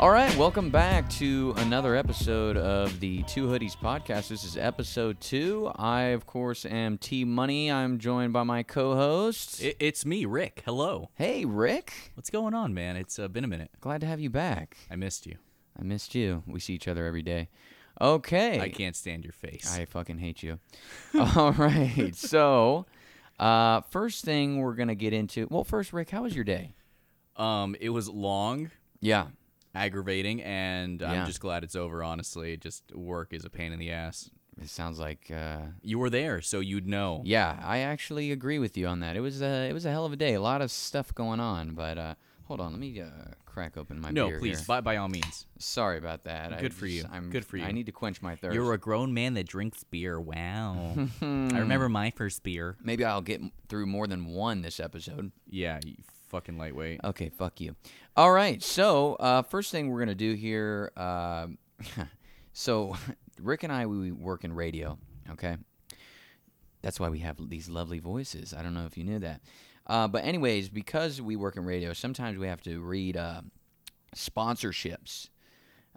right, welcome back to another episode of the Two Hoodies podcast. This is episode two. I, of course, am T Money. I'm joined by my co-host. It, it's me, Rick. Hello. hey, Rick. What's going on, man? It's uh, been a minute. Glad to have you back. I missed you. I missed you. We see each other every day. Okay. I can't stand your face. I fucking hate you. All right. So, uh, first thing we're gonna get into. Well, first, Rick, how was your day? um, it was long, Yeah. aggravating, and Yeah. I'm just glad it's over. Honestly, just work is a pain in the ass. It sounds like. Uh, You were there, so you'd know. yeah, I actually agree with you on that. It was a it was a hell of a day. A lot of stuff going on, but uh, hold on, let me uh, crack open my no, beer please, here. by by all means. Sorry about that. I Good for you. just- I'm, Good for I you. need to quench my thirst. You're a grown man that drinks beer. Wow. I remember my first beer. Maybe I'll get m- through more than one this episode. Yeah, you fucking lightweight. Okay, fuck you. All right, so uh, first thing we're gonna do here. Uh, so, Rick and I we work in radio. Okay, that's why we have these lovely voices. I don't know if you knew that, uh, but anyways, because we work in radio, sometimes we have to read uh, sponsorships,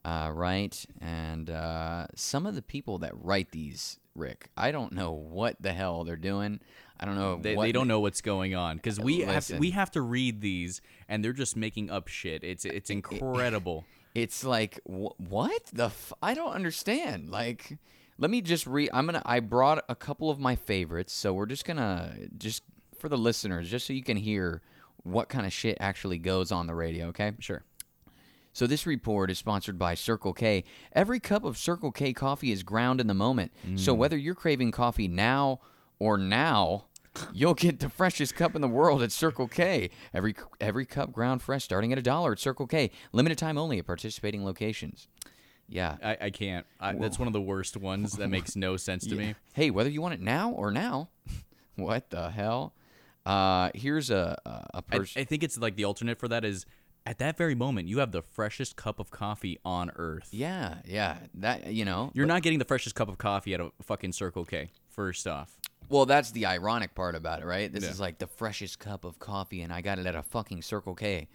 uh, right? And uh, some of the people that write these, Rick, I don't know what the hell they're doing. I don't know. They, what they don't know what's going on because we have to, Listen. we have to read these, and they're just making up shit. It's it's incredible. it's like wh- what the f- i don't understand like let me just read i'm gonna i brought a couple of my favorites so we're just gonna just for the listeners just so you can hear what kind of shit actually goes on the radio okay sure. so this report is sponsored by Circle K. Every cup of Circle K coffee is ground in the moment. So whether you're craving coffee now or now, you'll get the freshest cup in the world at Circle K. Every every cup ground fresh starting at a dollar at Circle K. Limited time only at participating locations. Yeah. I, I can't. I, that's one of the worst ones that makes no sense to me. Hey, whether you want it now or now. what the hell? Uh here's a a, a I, person I think it's like the alternate for that is at that very moment you have the freshest cup of coffee on earth. Yeah, yeah. That you know. You're not getting the freshest cup of coffee at a fucking Circle K. First off, Well, that's the ironic part about it, right? This is like the freshest cup of coffee, and I got it at a fucking Circle K.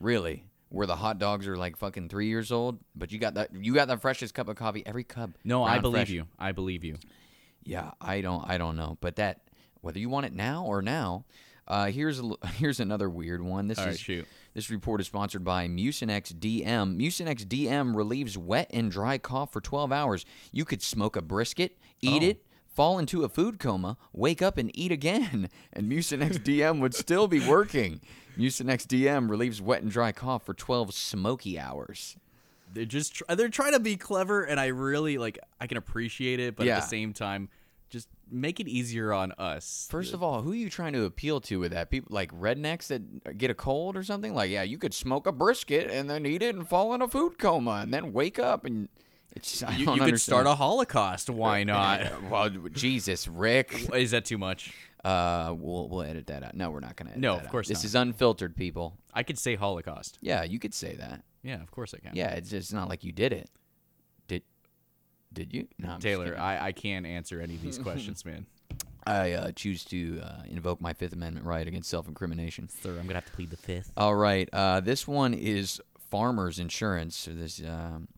Really, where the hot dogs are like fucking three years old, but you got that you got the freshest cup of coffee. Every cup. no, I ground believe fresh. you. I believe you. Yeah, I don't, I don't know, but that whether you want it now or now, uh, here's a, l- here's another weird one. This All is right, shoot. this report is sponsored by Mucinex DM. Mucinex DM relieves wet and dry cough for 12 hours. You could smoke a brisket, Oh. eat it, fall into a food coma, wake up and eat again, and Mucinex DM would still be working. Mucinex DM relieves wet and dry cough for 12 smoky hours. They're just tr- they're trying to be clever, and I really like. I can appreciate it, but at Yeah. the same time, just make it easier on us. First of all, who are you trying to appeal to with that? People like rednecks that get a cold or something? Like, yeah, you could smoke a brisket and then eat it and fall in a food coma and then wake up and it's I you, don't you could understand. start a Holocaust. Why not? well, Jesus, Rick. Is that too much? Uh, we'll we'll edit that out. No, we're not gonna. Edit No, that of out. course This not. is unfiltered, people. I could say Holocaust. Yeah, you could say that. Yeah, of course I can. Yeah, it's just not like you did it. Did did you? No, I'm just Taylor, kidding. I, I can't answer any of these questions, man. I uh, choose to uh, invoke my Fifth Amendment right against self-incrimination. Sir, I'm gonna have to plead the fifth. All right. Uh, this one is Farmers Insurance. So this um,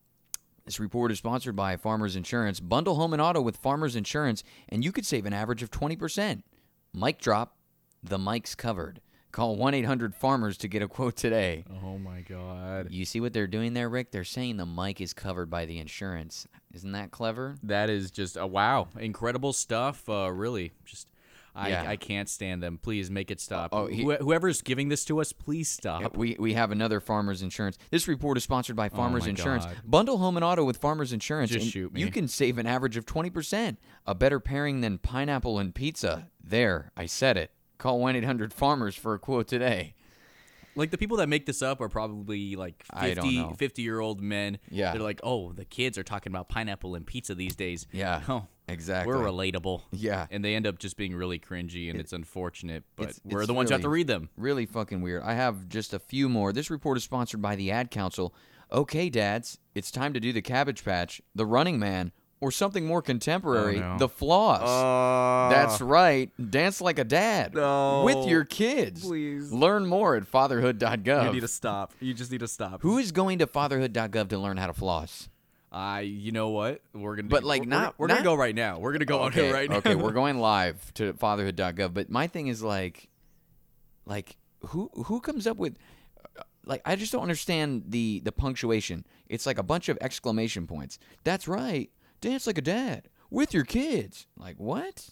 this report is sponsored by Farmers Insurance. Bundle home and auto with Farmers Insurance, and you could save an average of twenty percent. Mic drop. The mic's covered. Call one eight hundred Farmers to get a quote today. Oh my god. You see what they're doing there, Rick? They're saying the mic is covered by the insurance. Isn't that clever? That is just a wow. Incredible stuff. Uh, really, just I, Yeah. I can't stand them. Please make it stop. Oh, Oh, he- whoever's giving this to us, please stop. Uh, We, we have another Farmers Insurance. This report is sponsored by Farmers Oh my Insurance. God. Bundle home and auto with Farmers Insurance. Just and shoot You me. can save an average of 20%. A better pairing than pineapple and pizza. There, I said it. Call 1 800 Farmers for a quote today. Like the people that make this up are probably like I don't 50, know. 50 year old men. Yeah. They're like, oh, the kids are talking about pineapple and pizza these days. Yeah. Oh, exactly. We're relatable. Yeah. And they end up just being really cringy, and it's unfortunate. But it's- we're it's the ones who have to really- read them. Really fucking weird. I have just a few more. This report is sponsored by the Ad Council. Okay, dads, it's time to do the Cabbage Patch, the Running Man, or something more contemporary, Oh, no. The Floss. That's right. Dance like a dad Ah. No. with your kids. Please. Learn more at You need fatherhood.gov. to stop. You just need to stop. Who is going to fatherhood.gov to learn how to floss? I. You know what? We're gonna. But, like, we're, not- We're, not- gonna go right now. We're gonna go on okay, it right now. okay, we're going live to fatherhood.gov. But my thing is like, like who who comes up with, uh, like I just don't understand the the punctuation. It's like a bunch of exclamation points. That's right, dance like a dad with your kids. Like what?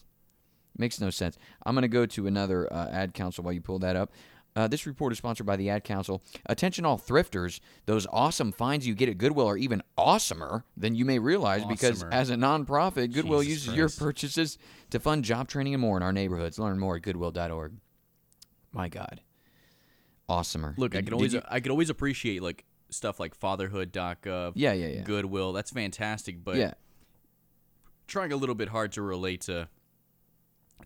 Makes no sense. I'm going to go to another uh, ad council while you pull that up. Uh, this report is sponsored by the Ad Council. Attention, all thrifters! Those awesome finds you get at Goodwill are even awesomer than you may realize because, Awesomer. as a nonprofit, Goodwill Jesus uses your Christ. purchases to fund job training and more in our neighborhoods. Learn more at goodwill.org. My God, awesomer! Look, I Did- can did always you- I can always appreciate like stuff like fatherhood.gov, yeah, yeah, yeah, Goodwill. That's fantastic, but yeah. trying a little bit hard to relate to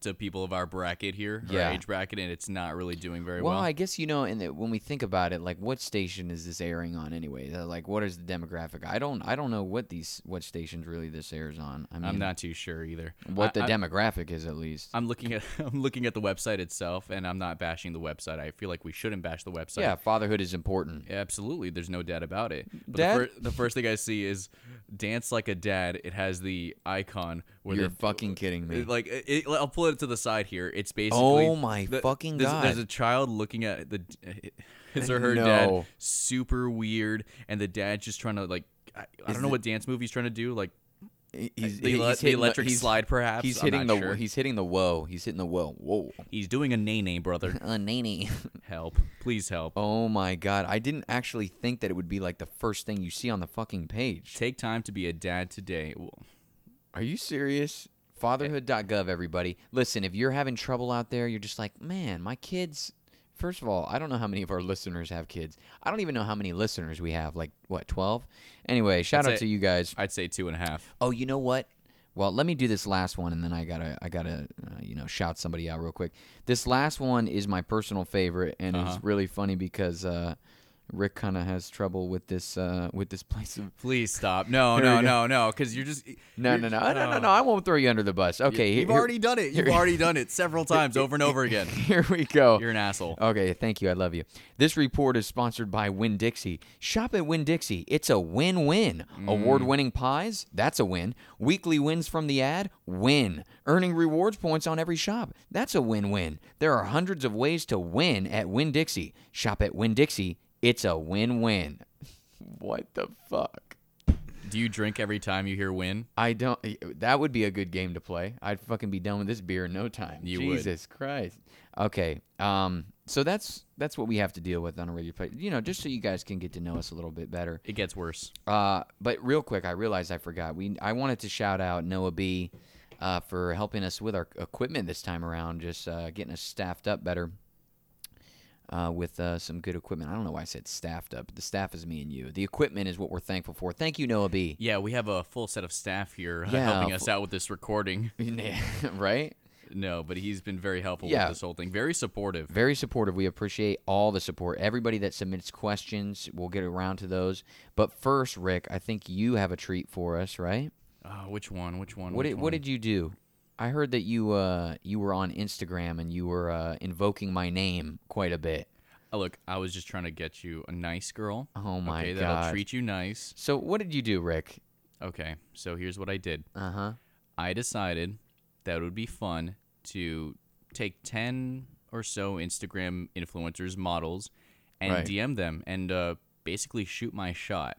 to people of our bracket here, Yeah. our age bracket, and it's not really doing very Well, well. I guess you know, and that when we think about it, like what station is this airing on anyway? They're Like, what is the demographic? I don't, I don't know what these, what stations really this airs on. I mean, I'm not too sure either. what the I, demographic is at least. I, am looking at I'm looking at the website itself, and I'm not bashing the website. I feel like we shouldn't bash the website. yeah, fatherhood is important. Absolutely, there's no doubt about it. But Dad- The, fir- the first thing I see is "Dance Like a Dad." It has the icon where You're the- fucking kidding me. It, like it, it- I'll pull it to the side here. It's basically Oh my fucking there's, There's God. a child looking at the his or her dad, No. super weird, and the dad just trying to like I, I don't know what dance move he's trying to do, like He- the, ele- the hitting electric slide, perhaps. He's I'm hitting not the, sure. he's hitting the whoa. He's hitting the whoa. Whoa. He's doing a nay nay, brother. Uh, nanny. help, please help. Oh my God! I didn't actually think that it would be like the first thing you see on the fucking page. Take time to be a dad today. Well, Are you serious? Fatherhood.gov, everybody. Listen, if you're having trouble out there, you're just like, man, my kids. First of all, I don't know how many of our listeners have kids. I don't even know how many listeners we have. Like, what, 12? Anyway, shout I'd out to say- you guys. I'd say two and a half. Oh, you know what? Well, let me do this last one, and then I gotta, I gotta, uh, you know, shout somebody out real quick. This last one is my personal favorite, and Uh-huh. it's really funny because uh, Rick kind of has trouble with this, uh, with this place of Please stop. No, Here we no, go. no, no. Because you're just no, you're- no, no, no, no, no, oh. no. I won't throw you under the bus. Okay, You've here- already done it. You've already done it several times, over and over again. Here we go. You're an asshole. Okay, thank you. I love you. This report is sponsored by Win Dixie. Shop at Win Dixie. It's a win win. Award winning pies? That's a win. Weekly wins from the ad? Win. Earning rewards points on every shop? That's a win win. There are hundreds of ways to win at Win Dixie. Shop at Win Dixie. It's a win win. What the fuck? Do you drink every time you hear win? I don't. That would be a good game to play. I'd fucking be done with this beer in no time. You would. Jesus Christ. Okay. Um. So that's that's what we have to deal with on a regular play. You know, just so you guys can get to know us a little bit better. It gets worse. Uh. But real quick, I realized I forgot. We I wanted to shout out Noah B. Uh, for helping us with our equipment this time around, just uh, getting us staffed up better uh, with uh, some good equipment. I don't know why I said staffed up. The staff is me and you. The equipment is what we're thankful for. Thank you, Noah B. Yeah, we have a full set of staff here uh, Yeah, helping us full- out with this recording. right? No, but he's been very helpful Yeah. with this whole thing. Very supportive. Very supportive. We appreciate all the support. Everybody that submits questions, we'll get around to those. But first, Rick, I think you have a treat for us, right? Oh, which one? Which one? What which did, what one? did you do? I heard that you uh, you were on Instagram and you were uh, invoking my name quite a bit. Oh, look, I was just trying to get you a nice girl. Oh my okay, God. that'll treat you nice. So what did you do, Rick? Okay, so here's what I did. Uh huh. I decided that it would be fun to take 10 or so Instagram influencers models and Right. DM them and uh, basically shoot my shot.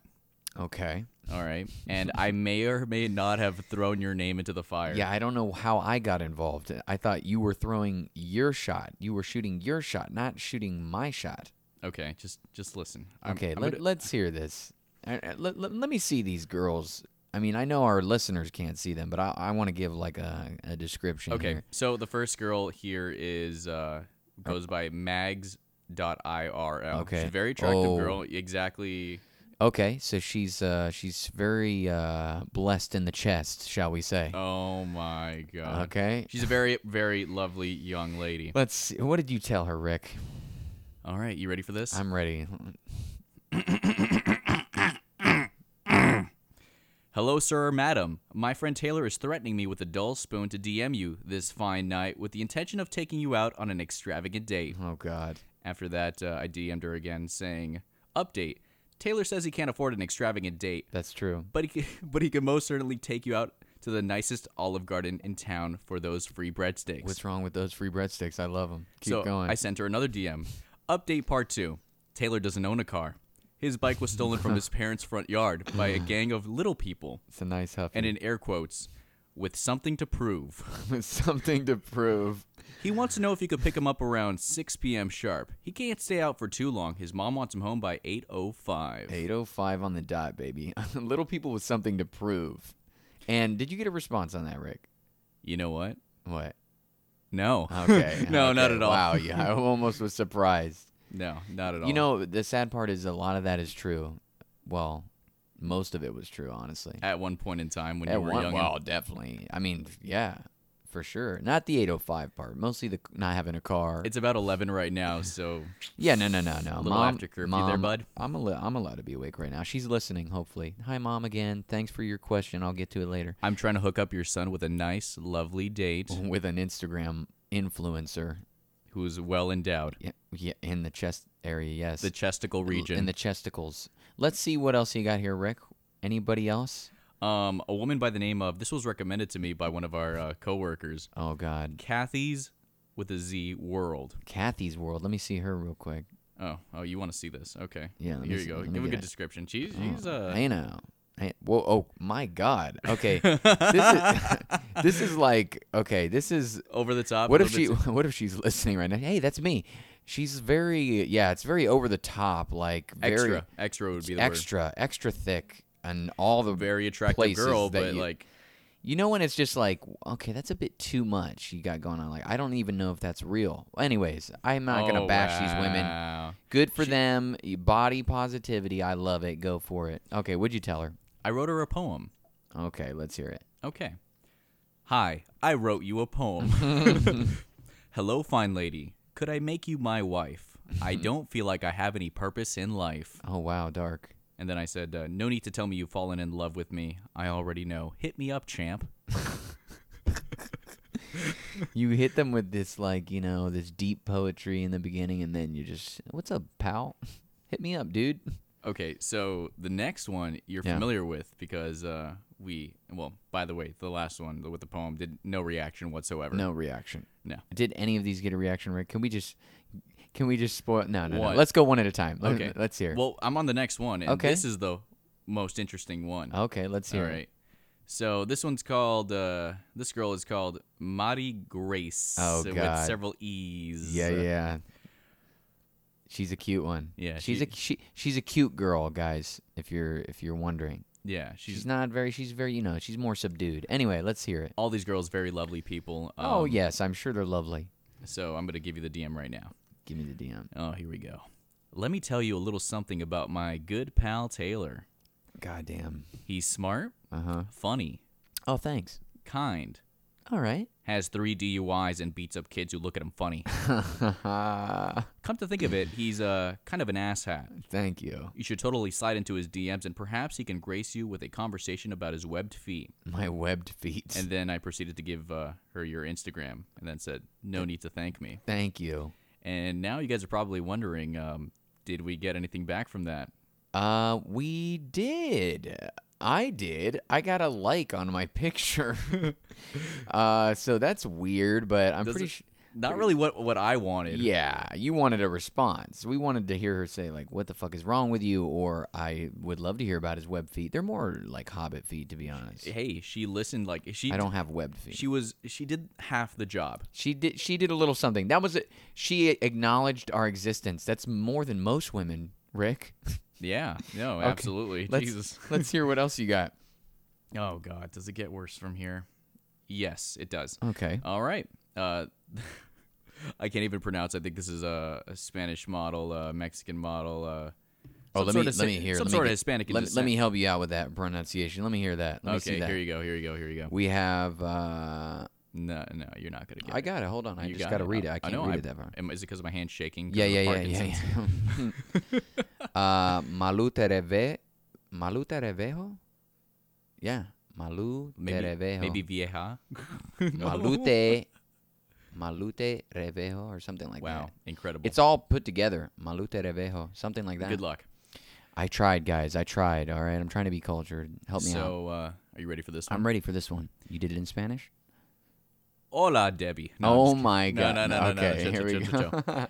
Okay. All right. And I may or may not have thrown your name into the fire. Yeah, I don't know how I got involved. I thought you were throwing your shot. You were shooting your shot, not shooting my shot. Okay. Just just listen. I'm- Okay, I'm let, gonna- let's hear this. I- I- Let, let, let me see these girls. I mean, I know our listeners can't see them, but I, I want to give like a, a description. okay. here. So the first girl here is uh goes by mags dot irl Okay. She's a very attractive Oh. girl exactly Okay, so she's uh, she's very uh, blessed in the chest, shall we say? oh my god okay. she's a very very lovely young lady Let's see. What did you tell her, Rick? all right you ready for this I'm ready. Hello, sir or madam. My friend Taylor is threatening me with a dull spoon to DM you this fine night with the intention of taking you out on an extravagant date. Oh God. After that, uh, I DM'd her again saying, Update. Taylor says he can't afford an extravagant date, That's true. but he, could, but he could most certainly take you out to the nicest Olive Garden in town for those free breadsticks. What's wrong with those free breadsticks? I love them. Keep so going. I sent her another DM. Update part two. Taylor doesn't own a car. His bike was stolen from his parents' front yard by a gang of little people, it's a nice huff. and in air quotes, with something to prove. With something to prove. He wants to know if you could pick him up around 6 p.m. sharp. He can't stay out for too long. Hhis mom wants him home by 8:05. 805 on the dot, baby. Little people with something to prove. And did you get a response on that, Rick? You know what? What? No. Okay. no, not okay. at all. Wow, yeah, I almost was surprised. No, not at all. You know, the sad part is a lot of that is true. Well, most of it was true, honestly. at one point in time when At you were one- young, well, definitely. I mean, yeah, for sure. Not the 805 part. Mostly the not having a car. it's about 11 right now, so yeah, no, no, no, no. little Mom, after curfew mom, there, bud. I'm al- I'm allowed to be awake right now. She's listening, hopefully. Hi, mom, again. Thanks for your question. I'll get to it later. I'm trying to hook up your son with a nice, lovely date With an Instagram influencer. who's well endowed. Yeah, yeah, in the chest area. Yes, The chesticle region. in the chesticles. Let's see what else you got here, Rick. Anybody else? um, a woman by the name of this was recommended to me by one of our uh, coworkers, Oh God, Kathy's with a Z World. Kathy's world. Let me see her real quick. Oh, oh, you want to see this? Okay. Yeah, let me Here see- you go. let me Give a get good it. Oh, description. She's, she's uh, I know. I, whoa! Oh my God. Okay, this is this is like okay. This is over the top. what a if she little bit- what if she's listening right now? Hey, that's me. She's very yeah. It's very over the top, like very extra? Extra would be the extra, extra thick, and all the word. Very attractive places girl, that but you- like You know when it's just like, okay, that's a bit too much you got going on. Like, I don't even know if that's real. Anyways, I'm not gonna oh, bash these women. wow. Good for them. Body positivity, I love it. Go for it. Okay, would you tell her? I wrote her a poem. Okay, let's hear it. Okay. Hi, I wrote you a poem. Hello, fine lady. Could I make you my wife? I don't feel like I have any purpose in life. Oh wow, dark. And then I said, uh, No need to tell me you've fallen in love with me. I already know. Hit me up, champ. You hit them with this like you know this deep poetry in the beginning, and then you just, what's up, pal? Hit me up, dude. Okay, so the next one you're Yeah. familiar with because uh, we, well, by the way, the last one with the poem did no reaction whatsoever. No reaction. No. Did any of these get a reaction, Rick? Can we just, can we just spoil? No, no, What? no. Let's go one at a time. Let- Okay. Let's hear. it. Well, I'm on the next one, and Okay. this is the most interesting one. okay, let's hear. All it. right. So this one's called. Uh, this girl is called Mari Grace. Oh, With God. several E's. Yeah, yeah. She's a cute one. Yeah, she's a she, she's a cute girl, guys. If you're if you're wondering, Yeah. she's, She's, not very. She's very you know she's more subdued. Anyway, let's hear it. all these girls very lovely people. Um, oh yes, I'm sure they're lovely. So I'm gonna give you the DM right now. Give me the DM. Oh, here we go. Let me tell you a little something about my good pal Taylor. Goddamn. He's smart, Uh huh. funny, Oh thanks. kind, All right. has three DUIs, and beats up kids who look at him funny. Come to think of it, he's uh, kind of an asshat. Thank you. You should totally slide into his DMs, and perhaps he can grace you with a conversation about his webbed feet. My webbed feet. And then I proceeded to give uh, her your Instagram and then said, no need to thank me. Thank you. And now you guys are probably wondering, um, did we get anything back from that? Uh, we did. I did. I got a like on my picture. uh, so that's weird, but I'm Does pretty it- sure. Not really what, what I wanted. Yeah, you wanted a response. We wanted to hear her say like, "What the fuck is wrong with you?" Or I would love to hear about his web feet. They're more like hobbit feet, to be honest. Hey, she listened like she I don't have webbed feet. she was she did half the job. She did. She did a little something. That was it. She acknowledged our existence. That's more than most women, Rick. Yeah. No, absolutely. Let's, Jesus. let's hear what else you got. Oh god, does it get worse from here? Yes, it does. Okay. All right. Uh, I can't even pronounce. I think this is a, a Spanish model, a Mexican model. Uh, Oh, let some me sort let of me si- hear. let some me sort get- of Hispanic. in Let, let descent. me help you out with that pronunciation. Let me hear that. Let me see okay, that. here you go. Here you go. Here you go. we have. Uh, No, no, you're not gonna get. I it. got it. Hold on. I You just got got to it. read it. I can't know, read it that far. Am, is it because of my hand shaking? 'Cause Yeah, of the yeah, yeah, yeah, Parkinson's? yeah. uh, Maluta Reve, Maluta Revejo, Yeah. Malu Maybe, de Revejo. maybe Vieja. Malute. Malute Revejo or something like Wow, that. incredible. It's all put together. Malute Revejo. Something like that. Good luck. I tried, guys. I tried. All right. I'm trying to be cultured. Help me out. So, uh, are you ready for this one? I'm ready for this one. You did it in Spanish? Hola, Debbie. I'm oh just my kidding. god. No, no, no, no, okay, no. Here Chill, chill, we chill, chill, go.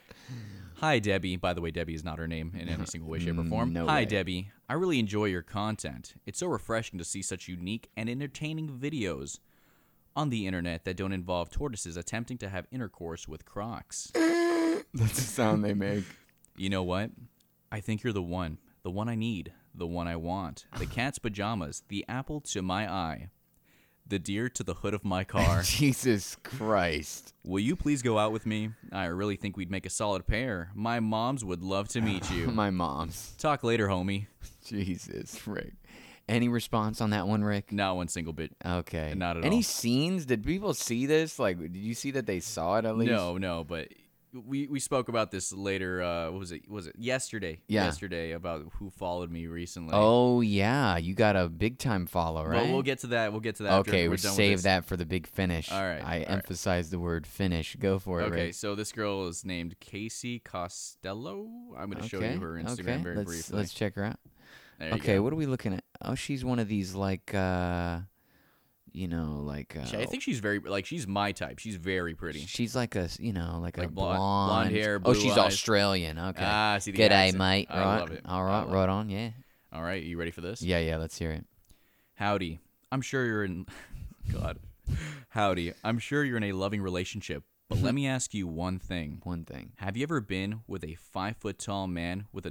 Hi, Debbie. By the way, Debbie is not her name in any single way, shape, or form. No Hi, way. Debbie. I really enjoy your content. It's so refreshing to see such unique and entertaining videos on the internet that don't involve tortoises attempting to have intercourse with crocs. That's the sound they make. You know what? I think you're the one. The one I need. The one I want. The cat's pajamas. The apple to my eye. The deer to the hood of my car. Jesus Christ. Will you please go out with me? I really think we'd make a solid pair. My moms would love to meet you. My mom's. Talk later, homie. Jesus, Rick. Any response on that one, Rick? Not one single bit. Okay. Not at Any all. scenes? Did people see this? Like, did you see that they saw it at least? No, no, but we we spoke about this later. Uh, what was it? Was it yesterday? Yeah. Yesterday about who followed me recently. Oh yeah, you got a big time follow, right? But we'll get to that. We'll get to that. after okay, we're we done with save this. that for the big finish. All right, I all right. emphasize the word finish. Go for it, Okay, Rick. so this girl is named Casey Costello. I'm going to show Okay, you her Instagram okay, very let's, briefly. Let's check her out. There you Okay, go. what are we looking at? Oh, she's one of these like, uh you know, like uh, She- I think she's very like she's my type. She's very pretty. she's like a s- you know like, a Like blonde- blonde, blonde hair, oh, blue she's eyes. Australian. Okay, Ah, see the good day, accent. mate. I right, love it. all I right, love right on. Yeah, All right, you ready for this? yeah, yeah. Let's hear it. Howdy. I'm sure you're in God. Howdy. I'm sure you're in a loving relationship, but let me ask you one thing. One thing. Have you ever been with a five foot tall man with a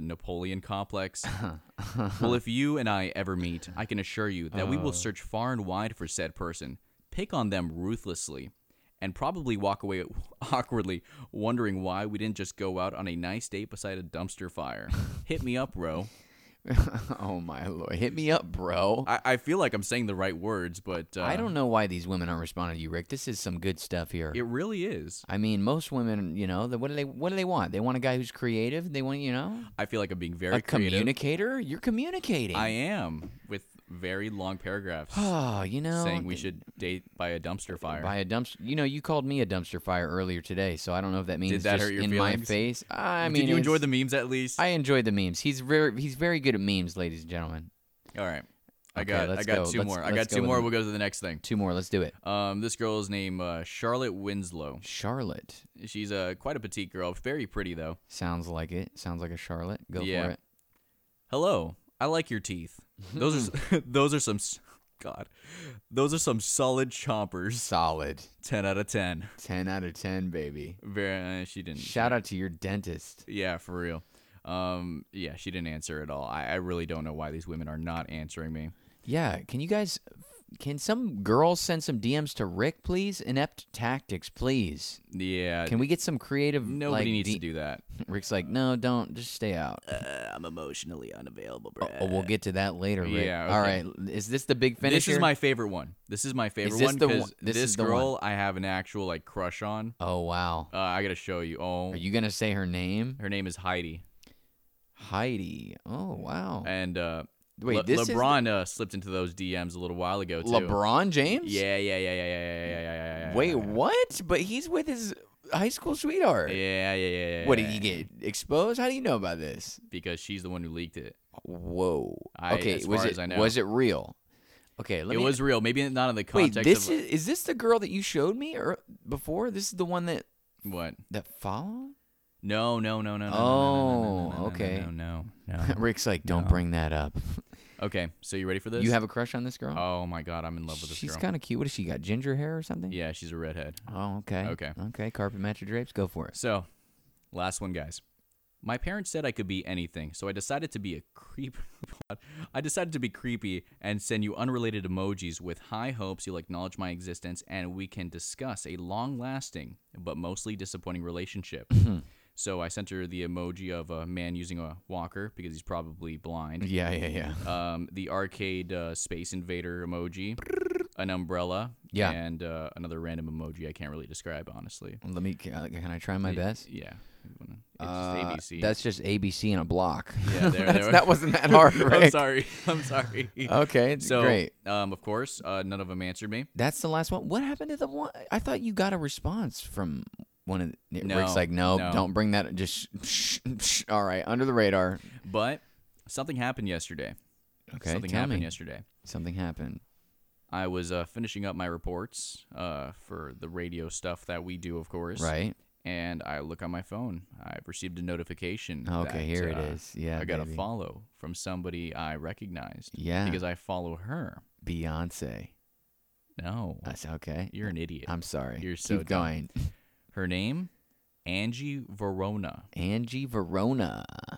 Napoleon complex? well, if you and I ever meet, I can assure you that Oh. we will search far and wide for said person, pick on them ruthlessly, and probably walk away awkwardly, wondering why we didn't just go out on a nice date beside a dumpster fire. Hit me up, bro. oh my lord, hit me up, bro. I, I feel like I'm saying the right words, but uh, I don't know why these women aren't responding to you, Rick. This is some good stuff here. It really is. I mean, most women, you know, the, what do they what do they want? They want a guy who's creative. They want, you know, I feel like I'm being very a creative. communicator. You're communicating. I am with very long paragraphs oh, you know, saying we th- should date by a dumpster fire. buy a dumpster. You know, you called me a dumpster fire earlier today, so I don't know if that means that just hurt your in my feelings? face. I mean, Did you enjoy it's- the memes at least? I enjoyed the memes. He's very he's very good at memes, ladies and gentlemen. All right. I Okay, got I let's got go. 2 Let's- more. I let's got go two with more. them. We'll go to the next thing. Two more. Let's do it. Um, this girl is named uh, Charlotte Winslow. Charlotte She's uh, quite a petite girl, very pretty though. sounds like it. Sounds like a Charlotte. Go Yeah. for it. Hello, I like your teeth. Those are s- those are some s- God, those are some solid chompers. Solid. Ten out of ten. Ten out of ten, baby. Very. Uh, she didn't. Shout out to your dentist. Yeah, for real. Um, yeah, she didn't answer at all. I, I really don't know why these women are not answering me. Yeah, can you guys can some girls send some DMs to Rick, please? Inept tactics, please. Yeah, Can we get some creative like, nobody needs D- to do Uh, that. Rick's like, "No, don't. Just stay out." I'm emotionally unavailable, bro. oh, we'll get to that later, Rick. yeah, All okay. right. Is this the big finish this is here? my favorite one. This is my favorite this one the one- because this this, is the girl I have an actual like crush on. Oh, wow. Uh, I gotta show you. Oh, Are you going to say her name? her name is Heidi, Heidi. Oh, wow. and uh, Wait, Le- this is the- LeBron uh, slipped into those DMs a little while ago too. LeBron James? Yeah, yeah, yeah, yeah, yeah, yeah, yeah, yeah, yeah, yeah. Wait, what? But he's with his high school sweetheart. Yeah, yeah, yeah, yeah. What did yeah, he get exposed? How do you know about this? Because she's the one who leaked it. Whoa. I- okay, as was far it as I know. was it real? Okay, let it me was real. Maybe not in the Wait, context. this of, is is this the girl that you showed me or before? This is the one that what? that followed? No, no, no, no, no. no, Oh, no, no, no, no, no, okay. No, no, no. no. Rick's like, "Don't No. bring that up." okay, so you ready for this? You have a crush on this girl? Oh my god, I'm in love with this She's girl. kind of cute. What does she got? Ginger hair or something? Yeah, she's a redhead. Oh, okay. Okay. Okay, carpet match your drapes. Go for it. So, last one, guys. My parents said I could be anything, so I decided to be a creep. I decided to be creepy and send you unrelated emojis with high hopes you'll acknowledge my existence and we can discuss a long lasting but mostly disappointing relationship. Mm-hmm. so I sent her the emoji of a man using a walker because he's probably blind, Yeah, yeah, yeah. um, the arcade uh, space invader emoji, an umbrella, Yeah. and uh, another random emoji I can't really describe, honestly. Let me. Can I try my best? Yeah. You wanna- It's Uh, ABC. That's just ABC in a block. Yeah, there- That's- there- that wasn't that hard, I'm right? sorry. I'm sorry. Okay, it's Uh, so, great. um, of course, uh, none of them answered me. That's the last one. What happened to the one? I thought you got a response from one of. The, No, Rick's like, no, no. don't bring that. Just shh, shh, all right, under the radar. But something happened yesterday. Okay, something tell happened me. yesterday. Something happened. I was uh, finishing up my reports uh, for the radio stuff that we do, of course. Right. And I look on my phone. I've received a notification. Okay, that, here it uh, is. Yeah, I got baby. a follow from somebody I recognized. Yeah. Because I follow her. Beyonce. No. That's okay. You're an idiot. I'm sorry. You're so Keep dumb. going. Her name, Angie Verona. Angie Verona. Uh,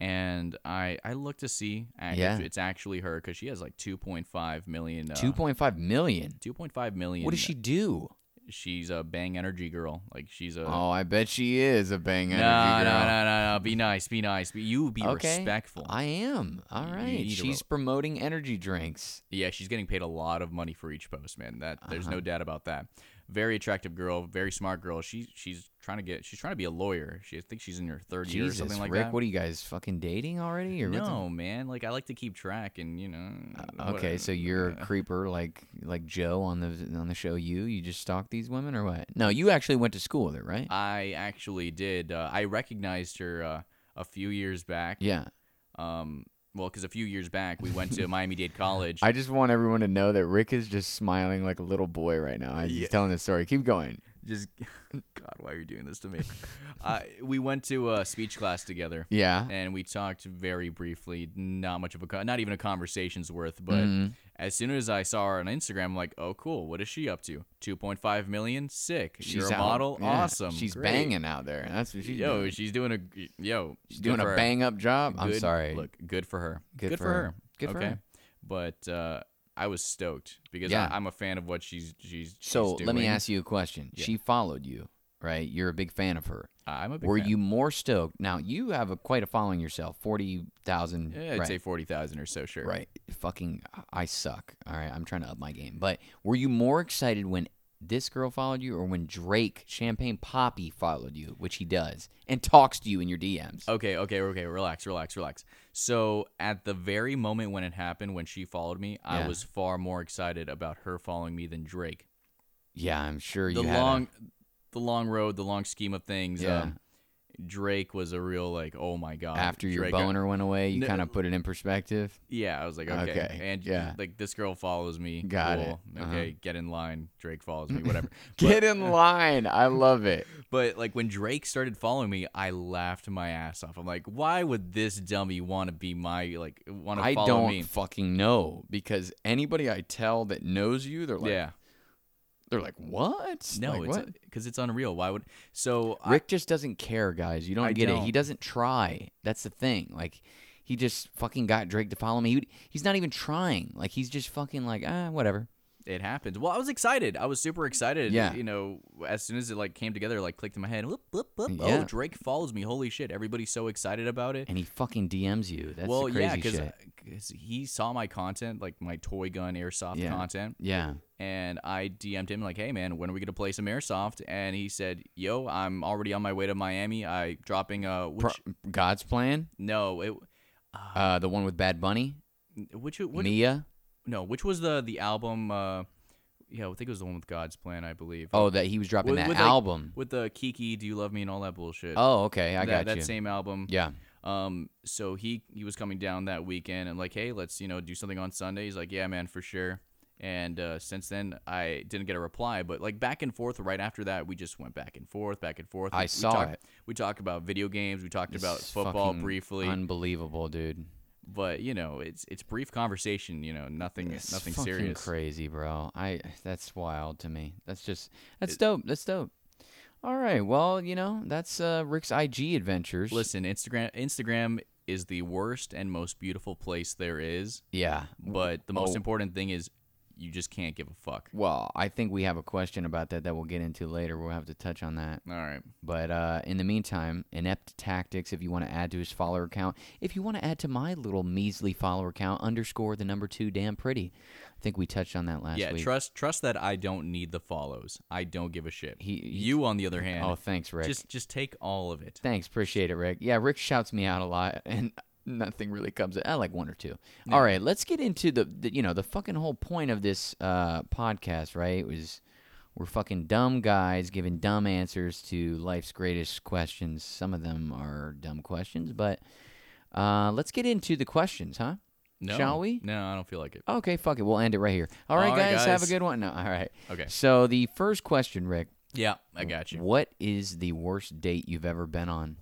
And I I looked to see ac- Yeah. if it's actually her because she has like 2.5 million. Uh, Two point five million. 2.5 million. What does she do? She's a bang energy girl. Like she's a. Oh, I bet she is a bang no, energy no, girl. no, no, no. Be nice. Be nice. Be, you be Okay. respectful. I am. All You right. need to She's rel- promoting energy drinks. Yeah, she's getting paid a lot of money for each post, man. That there's Uh-huh. no doubt about that. Very attractive girl, very smart girl. She she's trying to get she's trying to be a lawyer. She I think she's in her 30s or Jesus, something like Rick, that. what are you guys fucking dating already? Or what's- Uh, no, man. Like I like to keep track and, you know. Okay, what- so you're a creeper like like Joe on the on the show. You you just stalk these women or what? No, you actually went to school with her, right? I actually did. Uh, I recognized her uh, a few years back. yeah. Um well, cuz a few years back we went to Miami-Dade College. I just want everyone to know that Rick is just smiling like a little boy right now. as He's telling this story. Keep going. just God, why are you doing this to me? uh, we went to uh, speech class together. Yeah. and we talked very briefly, not much of a, co- not even a conversation's worth. But Mm. Mm-hmm. as soon as I saw her on Instagram, I'm like, oh, cool. What is she up to? 2.5 million, sick. You're a out. model, Yeah, awesome. She's great. banging out there. That's what she's Yo, doing. she's doing a, yo, She's doing a bang up job. I'm sorry. Look, good for her. Good for her. Good for okay. her. But uh, I was stoked because Yeah. I, I'm a fan of what she's she's. she's so let me doing. ask you a question. She followed you, right? You're a big fan of her. I'm a big Were fan. you more stoked? Now you have a, quite a following yourself, forty thousand. Yeah, I'd right, say forty thousand or so. Sure. right. Fucking, I suck. All right, I'm trying to up my game. But were you more excited when this girl followed you, or when Drake Champagne Poppy followed you, which he does, and talks to you in your DMs? Okay, okay, okay. Relax, relax, relax. So at the very moment when it happened, when she followed me, Yeah. I was far more excited about her following me than Drake. yeah, I'm sure you The had a- long, the long road, the long scheme of things. Yeah. Um, Drake was a real like, oh my god. after your Drake, I- boner went away, you No. kind of put it in perspective. yeah, I was like, okay, Okay, and yeah. like this girl follows me. Got it, cool. uh-huh. Okay, get in line. Drake follows me. Whatever. Get in line. I love it. But like when Drake started following me, I laughed my ass off. I'm like, why would this dummy want to be my like want to I follow don't me? fucking know because anybody I tell that knows you, they're like, yeah. they're like, what? No, Like, it's because it's unreal. Why would so? I- Rick just doesn't care, guys. You don't I get it. He don't. doesn't try. That's the thing. Like, he just fucking got Drake to follow me. He, would- he's not even trying. Like, he's just fucking like, ah, whatever. it happened. Well, I was excited. I was super excited. Yeah. you know, as soon as it like came together, like clicked in my head. Whoop, whoop, whoop. Yeah. Oh, Drake follows me. Holy shit! Everybody's so excited about it. And he fucking DMs you. That's well, the yeah, crazy because shit. he saw my content, like my toy gun airsoft Yeah. content, Yeah. and I DM'd him like, "Hey man, when are we gonna play some airsoft?" And he said, "Yo, I'm already on my way to Miami. I dropping uh, which Pro- God's plan. no, it Ah. Uh, the one with Bad Bunny. which which Mia. no, which was the the album? Uh, yeah, I think it was the one with God's Plan, I believe. Oh, that he was dropping that like- album. with the Kiki, Do You Love Me, and all that bullshit. oh, okay. I that, got that you. same album. yeah. Um. So he he was coming down that weekend and like, hey, let's you know do something on Sunday. He's like, yeah, man, for sure. And uh, since then, I didn't get a reply, but like back and forth. Right after that, we just went back and forth, back and forth. I We- we saw talked- it. We talked about video games. We talked about It's football fucking briefly, Unbelievable, dude. but you know, it's it's brief conversation. You know, nothing It's nothing fucking serious. Crazy, bro. I that's wild to me. That's just that's dope. That's dope. All right. Well, you know that's uh, Rick's IG adventures. Listen, Instagram Instagram is the worst and most beautiful place there is. Yeah. But the most Oh. important thing is you just can't give a fuck. Well, I think we have a question about that that we'll get into later. We'll have to touch on that. All right. But uh, in the meantime, inept tactics. If you want to add to his follower count, if you want to add to my little measly follower count, underscore the number two, damn pretty. I think we touched on that last yeah, week. trust trust that I don't need the follows. I don't give a shit. He- he- you on the other hand, oh, thanks, Rick. just just take all of it. Thanks, appreciate it, Rick. Yeah, Rick shouts me out a lot, and nothing really comes. I like one or two. All right, let's get into the, the you know the fucking whole point of this uh, podcast, right? It was we're fucking dumb guys giving dumb answers to life's greatest questions. Some of them are dumb questions, but uh, let's get into the questions, huh? No. Shall we? No, I don't feel like it. Okay, fuck it. We'll end it right here. All right, All right, guys, have a guys. good one. No, all right. Okay. So the first question, Rick. Yeah, I got you. What is the worst date you've ever been on?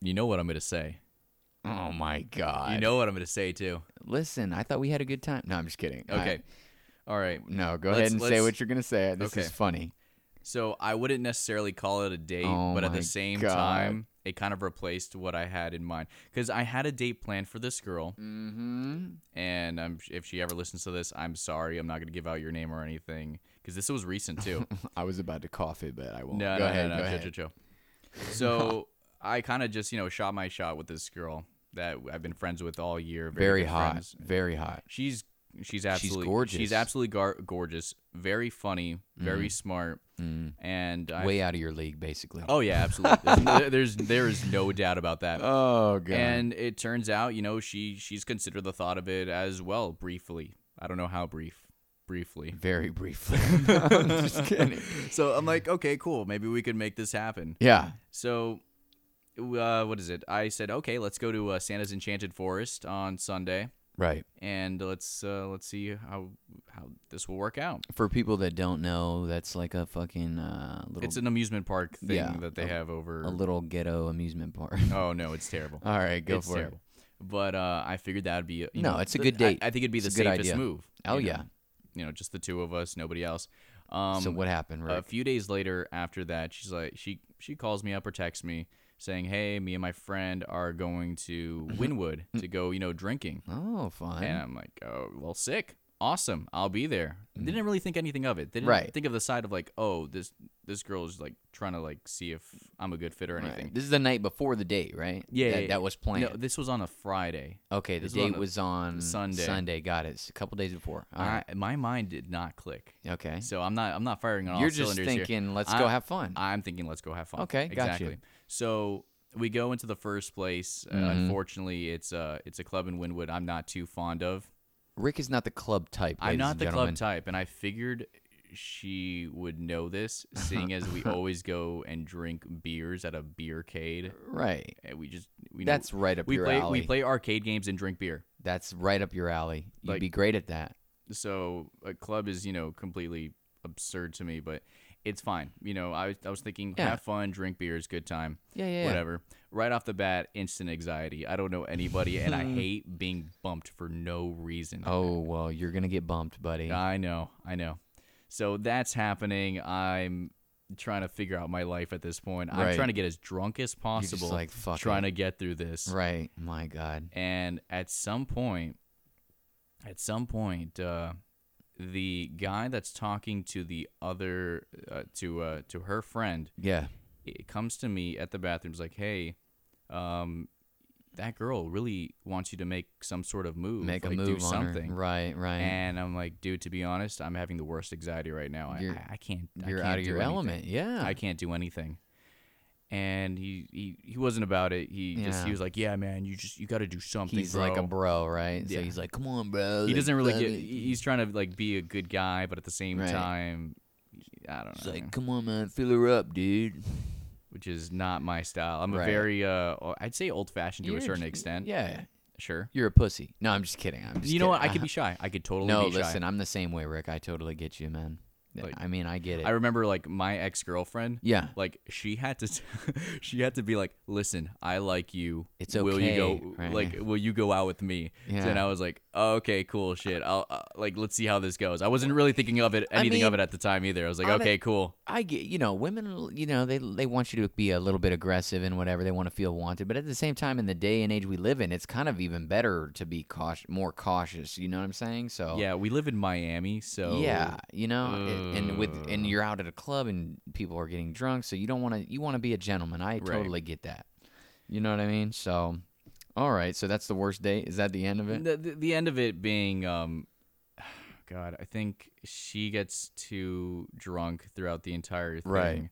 You know what I'm gonna say. Oh my god. You know what I'm gonna say too. Listen, I thought we had a good time. No, I'm just kidding. I- Okay. All right. no, go Let's- ahead and say let's- what you're gonna say. This Okay. is funny. So I wouldn't necessarily call it a date, Oh but at my the same God. time, it kind of replaced what I had in mind because I had a date planned for this girl, Mm-hmm. and um, if she ever listens to this, I'm sorry, I'm not gonna give out your name or anything because this was recent too. I was about to cough it, but I won't. No, go no, ahead. go no, no, chill, ahead. chill, chill. So I kind of just, you know, shot my shot with this girl that I've been friends with all year. Very, Very good hot. friends. Very hot. She's she's absolutely gorgeous. Mm. She's absolutely gar- gorgeous. Very funny. Very smart. And I, Way out of your league, basically. oh yeah, absolutely. There's, no- there's there is no doubt about that. Oh, god. and it turns out, you know, she she's considered the thought of it as well. Briefly, I don't know how brief. Briefly. Very briefly. I'm just kidding. So I'm like, okay, cool. Maybe we could make this happen. Yeah. So, uh, what is it? I said, okay, let's go to uh, Santa's Enchanted Forest on Sunday, Right. and let's uh, let's see how how this will work out. For people that don't know, that's like a fucking uh, little, It's an amusement park thing Yeah, Oh. that they have over. a little ghetto amusement park. oh no, it's terrible. All right, go it's for terrible. But uh, I figured that would be you No, know, it's a th- good date. I, I think it'd be It's the a good safest idea. move. Oh, you know? yeah. you know, just the two of us, nobody else. Um, it. So what happened, Rick? a few days later after that she's like she she calls me up or texts me saying hey me and my friend are going to Mm-hmm. winwood Mm. to go you know drinking oh, fun. and i'm like oh well sick awesome i'll be there didn't really think anything of it didn't Mm. Right. think of the side of like oh this this girl is like trying to like see if i'm a good fit or Right. anything This is the night before the date, right? Yeah, That, yeah, that was planned. no this was on a friday Okay, the This was on date the- was on Sunday. Sunday, got it. It's a couple days before. All right. I, my mind did not click Okay. so i'm not i'm not firing on You're all just cylinders here. thinking, let's go I- have fun. I'm thinking, let's go have fun. Okay, gotcha. exactly. So we go into the first place. Mm-hmm. Uh, unfortunately, it's a it's a club in Wynwood. I'm not too fond of. Rick is not the club type. I'm ladies not and the gentlemen. club type, and I figured she would know this, seeing as we always go and drink beers at a beercade. Right. And we just we know- That's right up we your play alley. we play arcade games and drink beer. That's right up your alley. You'd Like- be great at that. so a club is you know completely absurd to me but it's fine you know i, was- I was thinking Yeah. have fun drink beers good time Yeah, yeah, yeah. whatever right off the bat instant anxiety i don't know anybody and i hate being bumped for no reason Oh well, you're gonna get bumped, buddy. i know i know so that's happening i'm trying to figure out my life at this point i'm Right. trying to get as drunk as just possible like, "Fuck trying it." to get through this right. My God. and at some point at some point uh the guy that's talking to the other uh, to uh to her friend Yeah. it comes to me at the bathroom is like hey um that girl really wants you to make some sort of move Make like a move do on her. something Right. Right. and i'm like dude to be honest i'm having the worst anxiety right now I, You're- I, I can't I you're can't out of do your anything. element. Yeah. I can't do anything. And he, he, he wasn't about it. He just Yeah. he was like, yeah, man, you just you got to do something. he's like a bro." bro, right? So Yeah. he's like, come on, bro. he like, doesn't really fuck get. it." he- He's trying to like be a good guy, but at the same Right. time, I don't He's know, like, come on, man, fill her up, dude. which is not my style. I'm Right. a very uh, I'd say old fashioned to You're a certain j- extent. Yeah. sure. You're a pussy. No, I'm just kidding. I'm just You know what? I kidding. could be shy. I could totally No, be shy. listen, I'm the same way, Rick. I totally get you, man. Like, I mean, I get it. I remember like my ex girlfriend. yeah, Like she had to, she had to be like, "Listen, I like you. It's Will you okay, go? right? Like, will you go out with me?" Yeah. And I was like, oh, "Okay, cool, shit. I'll uh, like let's see how this goes." I wasn't really thinking of it, I anything of mean, it at the time either. I was like, I'm a- "Okay, cool." I get. You know, women. You know, they they want you to be a little bit aggressive and whatever. They want to feel wanted, but at the same time, in the day and age we live in, it's kind of even better to be cautious, more cautious. You know what I'm saying? So Yeah, we live in Miami, so Oh. mm. Yeah, you know, a- and with and you're out at a club and people are getting drunk, so you don't want to. You want to be a gentleman. I totally get that. You know what I mean? So, all right. So that's the worst date. Is that the end of it? The, the, the end of it being, um, God, I think she gets too drunk throughout the entire thing, Right.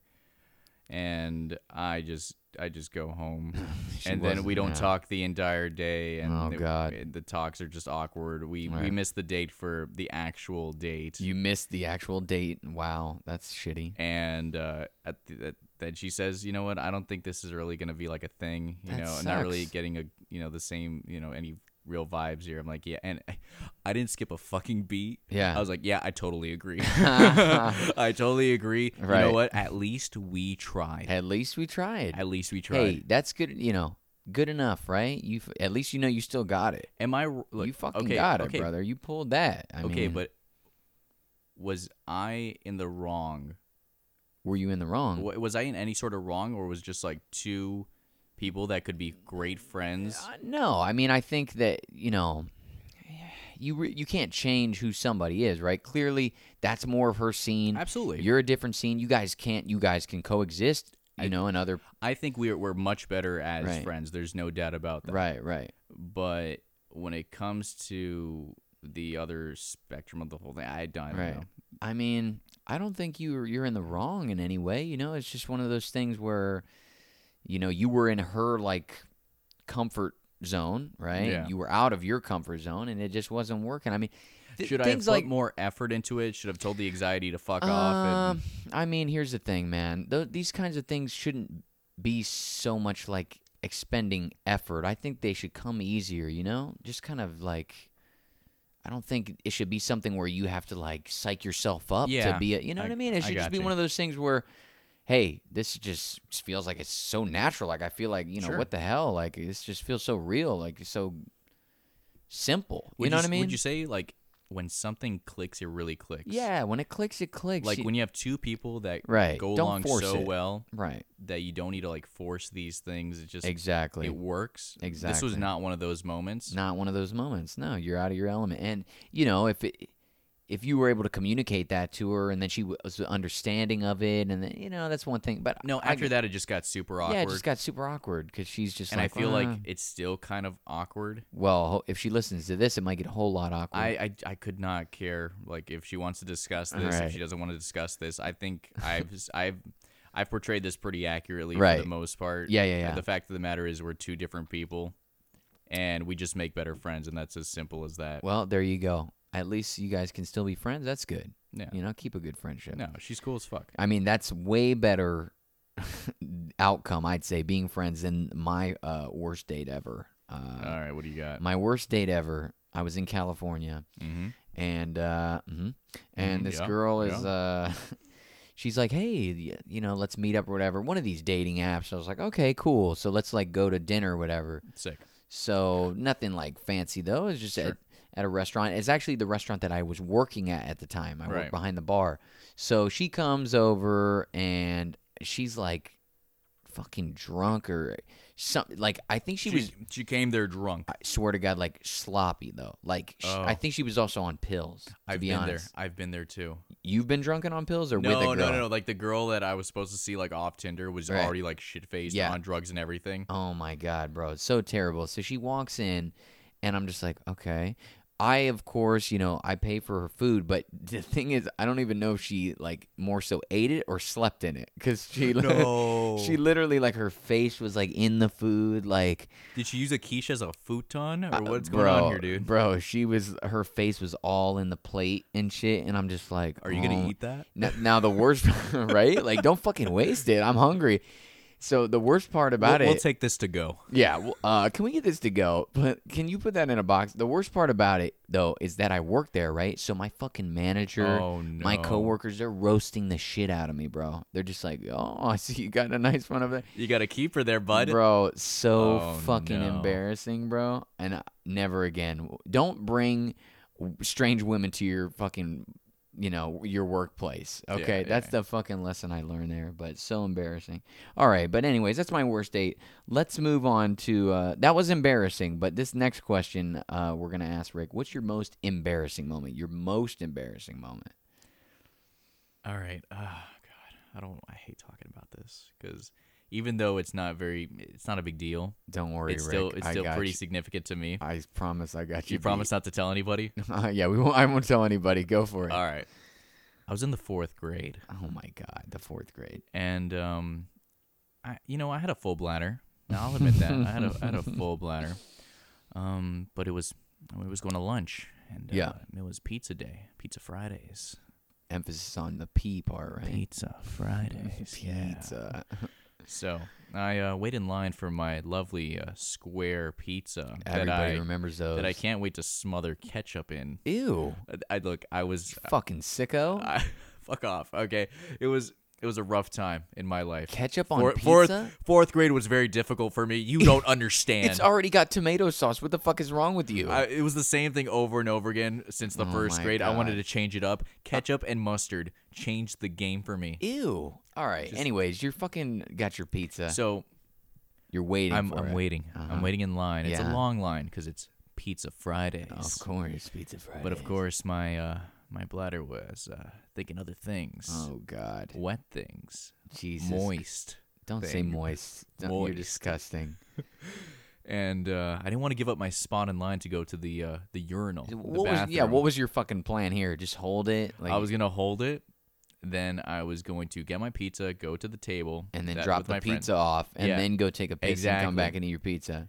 and I just I just go home, She and then we wasn't- don't yeah. talk the entire day, and Oh, it- God. it- the talks are just awkward. We we Right. miss the date for the actual date, You missed the actual date. Wow, that's shitty. and uh, at the, that then she says, you know what, I don't think this is really gonna be like a thing, you That know, and not really sucks. getting a you know the same you know any real vibes here. I'm like, yeah, and I, I didn't skip a fucking beat. Yeah. I was like, yeah, I totally agree. I totally agree. You know Right. what? At least we tried. At least we tried. At least we tried. hey, that's good. You know, good enough, right? You f- at least you know you still got it. Am I? r- Look, you fucking okay, got it, okay, brother. You pulled that. I okay, mean, but was I in the wrong? were you in the wrong? Wa- Was I in any sort of wrong, or was just like two people that could be great friends? Uh, no, I mean I think that you know, you re- you can't change who somebody is, right? Clearly, that's more of her scene. Absolutely. you're a different scene. You guys can't. You guys can coexist. You know, and other I think we're we're much better as Right. friends. There's no doubt about that. right, right, But when it comes to the other spectrum of the whole thing, I don't, I don't right. know. I mean, I don't think you you're in the wrong in any way. You know, it's just one of those things where, you know, you were in her like comfort zone, right? Yeah. You were out of your comfort zone, and it just wasn't working. I mean, th- Should I have things put like more effort into it? Should have told the anxiety to fuck off? Um, I mean, here's the thing, man. Th- these kinds of things shouldn't be so much like expending effort. I think they should come easier, you know? Just kind of like I don't think it should be something where you have to like psych yourself up Yeah, to be a, you know I- what I mean? It I should just be gotcha. one of those things where hey, this just feels like it's so natural. Like I feel like, you know, Sure. what the hell? Like this just feels so real, like so simple. Would you know you what I s- mean? Would you say like when something clicks, it really clicks? yeah, when it clicks, it clicks. Like You- when you have two people that Right, go don't along force so it. well right. that you don't need to like force these things. It just Exactly. it works. This was Exactly. not one of those moments. not one of those moments. No, you're out of your element. And you know, if it, if you were able to communicate that to her, and then she was understanding of it, and then you know, that's one thing. But No, I- after that, it just got super awkward. yeah, it just got super awkward because she's just and I like, feel "Uh, like it's still kind of awkward. well, ho- if she listens to this, it might get a whole lot awkward. I, I I could not care like if she wants to discuss this if she Right. doesn't want to discuss this. I think I've s- I've I've portrayed this pretty accurately for Right. the most part. Yeah, yeah, Uh, yeah. The fact of the matter is we're two different people, and we just make better friends, and that's as simple as that. well, there you go. At least you guys can still be friends. That's good. Yeah. You know, keep a good friendship. no, she's cool as fuck. I mean, that's way better outcome, I'd say, being friends than my uh, worst date ever. Uh, All right, what do you got? my worst date ever. I was in California. Mm-hmm. and uh, mhm. and Mhm, this yeah, girl is yeah. uh, she's like, hey, y- you know, let's meet up or whatever. One of these dating apps. I was like, okay, cool. So let's like go to dinner or whatever. Sick. So nothing like fancy though. It's just at, at a restaurant. It's actually the restaurant that I was working at at the time. I Right. worked behind the bar. So she comes over and she's like fucking drunk or some like I think she She was she came there drunk. I swear to God, like sloppy though. Like sh- I Oh. think she was also on pills. To I've be been honest, there. I've been there too. you've been drunken on pills or with No, a no, girl? no, no. Like the girl that I was supposed to see like off Tinder was Right. already like shit faced Yeah. on drugs and everything. Oh my god, bro, it's so terrible. So she walks in, and I'm just like, okay. I of course, you know, I pay for her food, but the thing is, I don't even know if she like more so ate it or slept in it because she li- No. she literally like her face was like in the food, like Did she use a quiche as a futon or Uh, what's going on here, dude? Bro, she was her face was all in the plate and shit, and I'm just like, Are you gonna "Oh." eat that? Now, now the worst, right? Like, don't fucking waste it. I'm hungry. So the worst part We'll, about we'll it, take this to go. yeah. well, Uh, can we get this to go? But can you put that in a box? The worst part about it though is that I work there, right? So my fucking manager, Oh, my no. coworkers, they're roasting the shit out of me, bro. They're just like, oh, I see you got a nice one over there. You got a keeper there, bud. bro so Oh, fucking no. embarrassing bro and uh, never again don't bring w- strange women to your fucking you know your workplace okay yeah, that's yeah. the fucking lesson i learned there but so embarrassing all right but anyways that's my worst date let's move on to uh, that was embarrassing but this next question uh, we're gonna ask rick what's your most embarrassing moment your most embarrassing moment All right. Oh God, I don't. I hate talking about this because even though it's not very, it's not a big deal. don't worry it's rick still, it's I still got pretty you. significant to me. i promise i got you You promise not to tell anybody. beat. yeah we won't i won't tell anybody go for it All right. I was in the fourth grade, Oh my god, the fourth grade. and um, I, you know, I had a full bladder. Now, I'll admit that I had a, I had a full bladder. Um, but it was, we was going to lunch, and uh, Yeah. it was pizza day, pizza Fridays, Emphasis on the P part, right? pizza Fridays, yeah. Pizza. So I uh, wait in line for my lovely uh, square pizza that Everybody I remembers those. that I can't wait to smother ketchup in. Ew. I, I look, I was Fucking sicko. Uh, I, fuck off. Okay, it was it was a rough time in my life. Ketchup on Four- pizza? Fourth, fourth grade was very difficult for me. You don't understand. it's already got tomato sauce. What the fuck is wrong with you? I, it was the same thing over and over again since the Oh first my grade. I wanted God. to change it up. Ketchup and mustard changed the game for me. Ew. All right. Anyways, you're fucking got your pizza. So you're waiting I'm, for I'm it. Uh-huh. waiting. I'm waiting in line. It's Yeah. a long line because it's Pizza Fridays. Of course, pizza Friday. But of course, my uh, my bladder was uh, thinking other things, Oh god. wet things, Jesus. moist, Don't say thing. moist. Don't- You're Moist. disgusting. and uh, I didn't want to give up my spot in line to go to the uh, the urinal. the What was yeah, bathroom. what was your fucking plan here? Just hold it like I was gonna hold it, then I was going to get my pizza, go to the table, and then that- drop with the my friend. pizza off, and Yeah. then go take a piss and come Exactly. back and eat your pizza.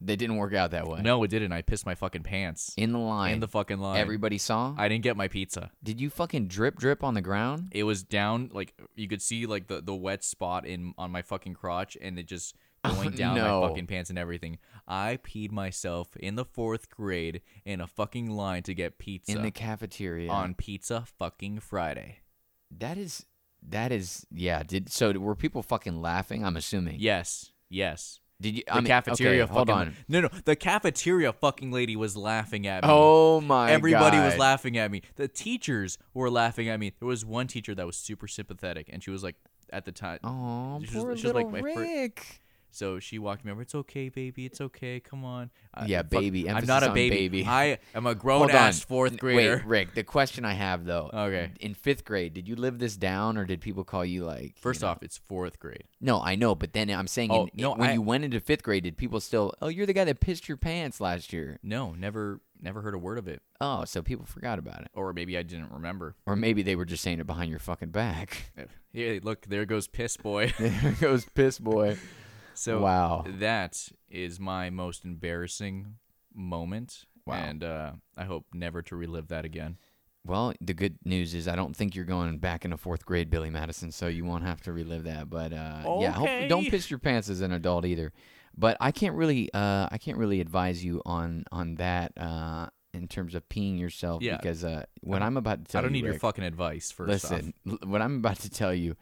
That didn't work out that way. No, it didn't. I pissed my fucking pants in the line, in the fucking line. everybody saw. I didn't get my pizza. Did you fucking drip drip on the ground? It was down like you could see like the, the wet spot in on my fucking crotch and it just going down Oh, no. my fucking pants and everything. I peed myself in the fourth grade in a fucking line to get pizza In the cafeteria. on pizza fucking Friday. that is that is yeah. Did so? Were people fucking laughing? I'm assuming. Yes. Yes. Did you? The I mean, cafeteria Okay, hold fucking on. No no the cafeteria fucking lady was laughing at me. Oh my! Everybody was God. laughing at me. The teachers were laughing at me. There was one teacher that was super sympathetic, and she was like, at the time, Oh, She was- poor she was little like my fir- Rick. So she walked me over. It's okay, baby. It's okay. Come on. I- Yeah, fuck- baby. I'm Emphasis not a on baby. baby. I am a grown Hold on. ass fourth N- grader. Wait, Rick. The question I have though. Okay. In fifth grade, did you live this down, or did people call you like? First you know- off, it's fourth grade. No, I know, but then I'm saying, Oh, in- no, when I- you went into fifth grade, did people still? Oh, you're the guy that pissed your pants last year. No, never, never heard a word of it, Oh, so people forgot about it, or maybe I didn't remember. or maybe they were just saying it behind your fucking back. Hey, look, there goes piss boy. there goes piss boy. so wow. that is my most embarrassing moment. Wow. And uh, I hope never to relive that again. Well, the good news is I don't think you're going back into fourth grade, Billy Madison, so you won't have to relive that. But uh, yeah, hopefully, don't Okay. piss your pants as an adult either. But I can't really, uh, I can't really advise you on on that uh, in terms of peeing yourself Yeah. because uh, what I'm about to tell I don't you, need your Rick- fucking advice. First Listen, l- what I'm about to tell you.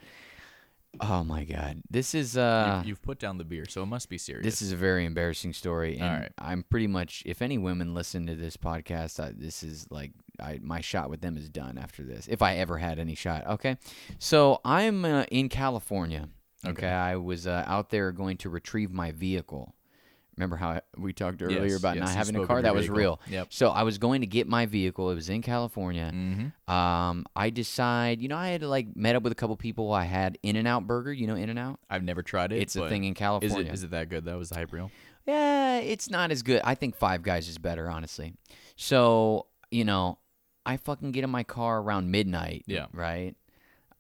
Oh my God, this is uh, off, you've, you've put down the beer, so it must be serious. this is a very embarrassing story, and right. I'm pretty much. If any women listen to this podcast, I, this is like I, my shot with them is done after this, if I ever had any shot. Okay, so I'm uh, in California. Okay, I was uh, out there going to retrieve my vehicle. Remember how I- we talked earlier Yes, about yes, not you having a spoke of car? your That was vehicle. real. Yep. Mm-hmm. So I was going to get my vehicle. It was in California. Um, I decide, you know, I had like met up with a couple people. I had In and Out Burger. You know, In and Out. I've never tried it. It's a but thing in Is California. it, is it that good? That was the hype reel. Yeah, it's not as good. I think Five Guys is better, honestly. So, you know, I fucking get in my car around midnight. Yeah. Right?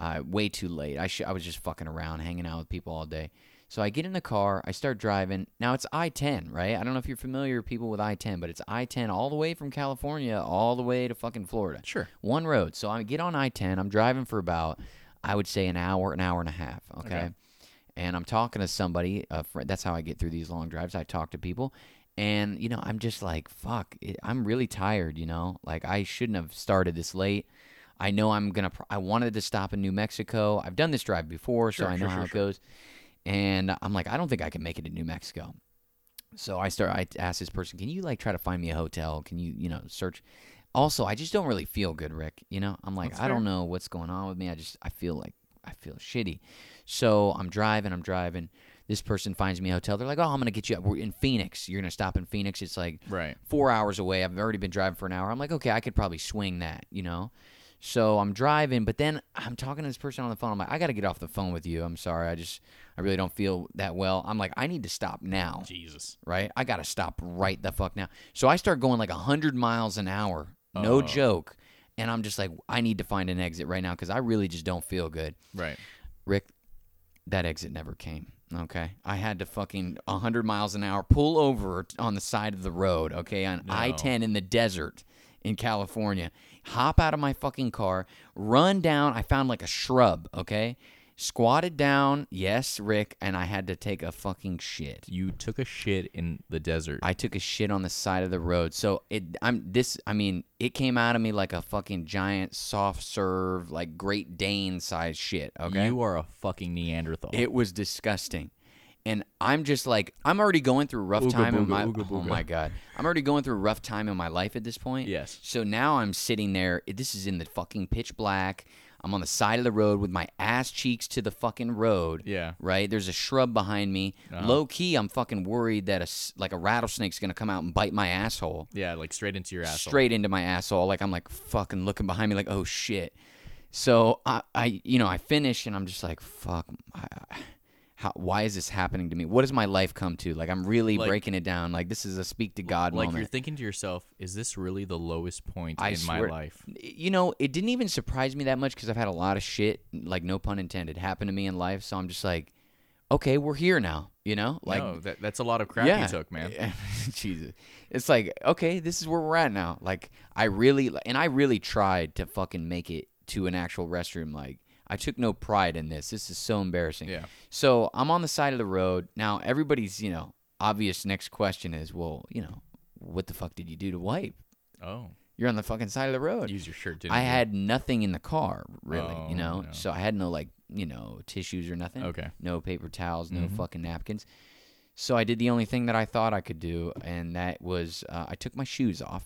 Uh, way too late. I, sh- I was just fucking around, hanging out with people all day. So I get in the car, I start driving. Now it's I 10, right? I don't know if you're familiar, people, with I 10, but it's I 10 all the way from California all the way to fucking Florida. Sure. One road. So I get on I 10. I'm driving for about, I would say, an hour, an hour and a half. Okay. and I'm talking to somebody. A friend, that's how I get through these long drives. I talk to people, and you know, I'm just like, fuck, it, I'm really tired. You know, like I shouldn't have started this late. I know I'm gonna. Pr- I wanted to stop in New Mexico. I've done this drive before, so I know how it goes. And I'm like, I don't think I can make it to New Mexico. So I start. I asked this person, "Can you like try to find me a hotel? Can you, you know, search?" Also, I just don't really feel good, Rick. You know, I'm like, I don't know what's going on with me. I just, I feel like, I feel shitty. So I'm driving. I'm driving. This person finds me a hotel. They're like, "Oh, I'm gonna get you. We're in Phoenix. You're gonna stop in Phoenix. It's like Right. four hours away. I've already been driving for an hour. I'm like, okay, I could probably swing that, you know? So I'm driving, but then I'm talking to this person on the phone. I'm like, I got to get off the phone with you. I'm sorry. I just, I really don't feel that well. I'm like, I need to stop now, Jesus. right? I got to stop right the fuck now. So I start going like 100 miles an hour, no joke. And I'm just like, I need to find an exit right now because I really just don't feel good. Right. Rick, that exit never came. Okay. I had to fucking 100 miles an hour pull over t- on the side of the road, okay, on I 10 in the desert in California. Hop out of my fucking car, run down. I found like a shrub, okay? Squatted down, yes, Rick, and I had to take a fucking shit. You took a shit in the desert. I took a shit on the side of the road. So it I'm this I mean, it came out of me like a fucking giant soft serve, like Great Dane size shit, okay? You are a fucking Neanderthal. It was disgusting. And I'm just like, I'm already going through a rough time in my oh my god, I'm already going through a rough time in my life at this point. Yes. So now I'm sitting there. This is in the fucking pitch black. I'm on the side of the road with my ass cheeks to the fucking road. Yeah. Right. There's a shrub behind me. Uh-huh. Low key, I'm fucking worried that a s- like a rattlesnake's gonna come out and bite my asshole yeah, like straight into your asshole. straight into my asshole. Like I'm like fucking looking behind me, like oh shit. So I, I you know, I finish and I'm just like fuck. I, I- how, why is this happening to me? What has my life come to? Like I'm really Like- breaking it down. Like this is a speak to God Like you're moment. thinking to yourself, is this really the lowest point I in my swear- life? You know, it didn't even surprise me that much because I've had a lot of shit, like no pun intended, happen to me in life. So I'm just like, okay, we're here now. You know, like Eh, no, that, that's a lot of crap you took, man. Jesus. It's like, okay, this is where we're at now. Like, I really, and I really tried to fucking make it to an actual restroom. Like, I took no pride in this. This is so embarrassing. Yeah. So I'm on the side of the road. Now, everybody's, you know, obvious next question is, well, you know, what the fuck did you do to wipe? Oh, You're on the fucking side of the road. use your shirt, didn't I you? had nothing in the car, really, Oh, you know? no. So I had no, like, you know, tissues or nothing. Okay. Mm-hmm. No paper towels, no fucking napkins. So I did the only thing that I thought I could do, and that was uh, I took my shoes off.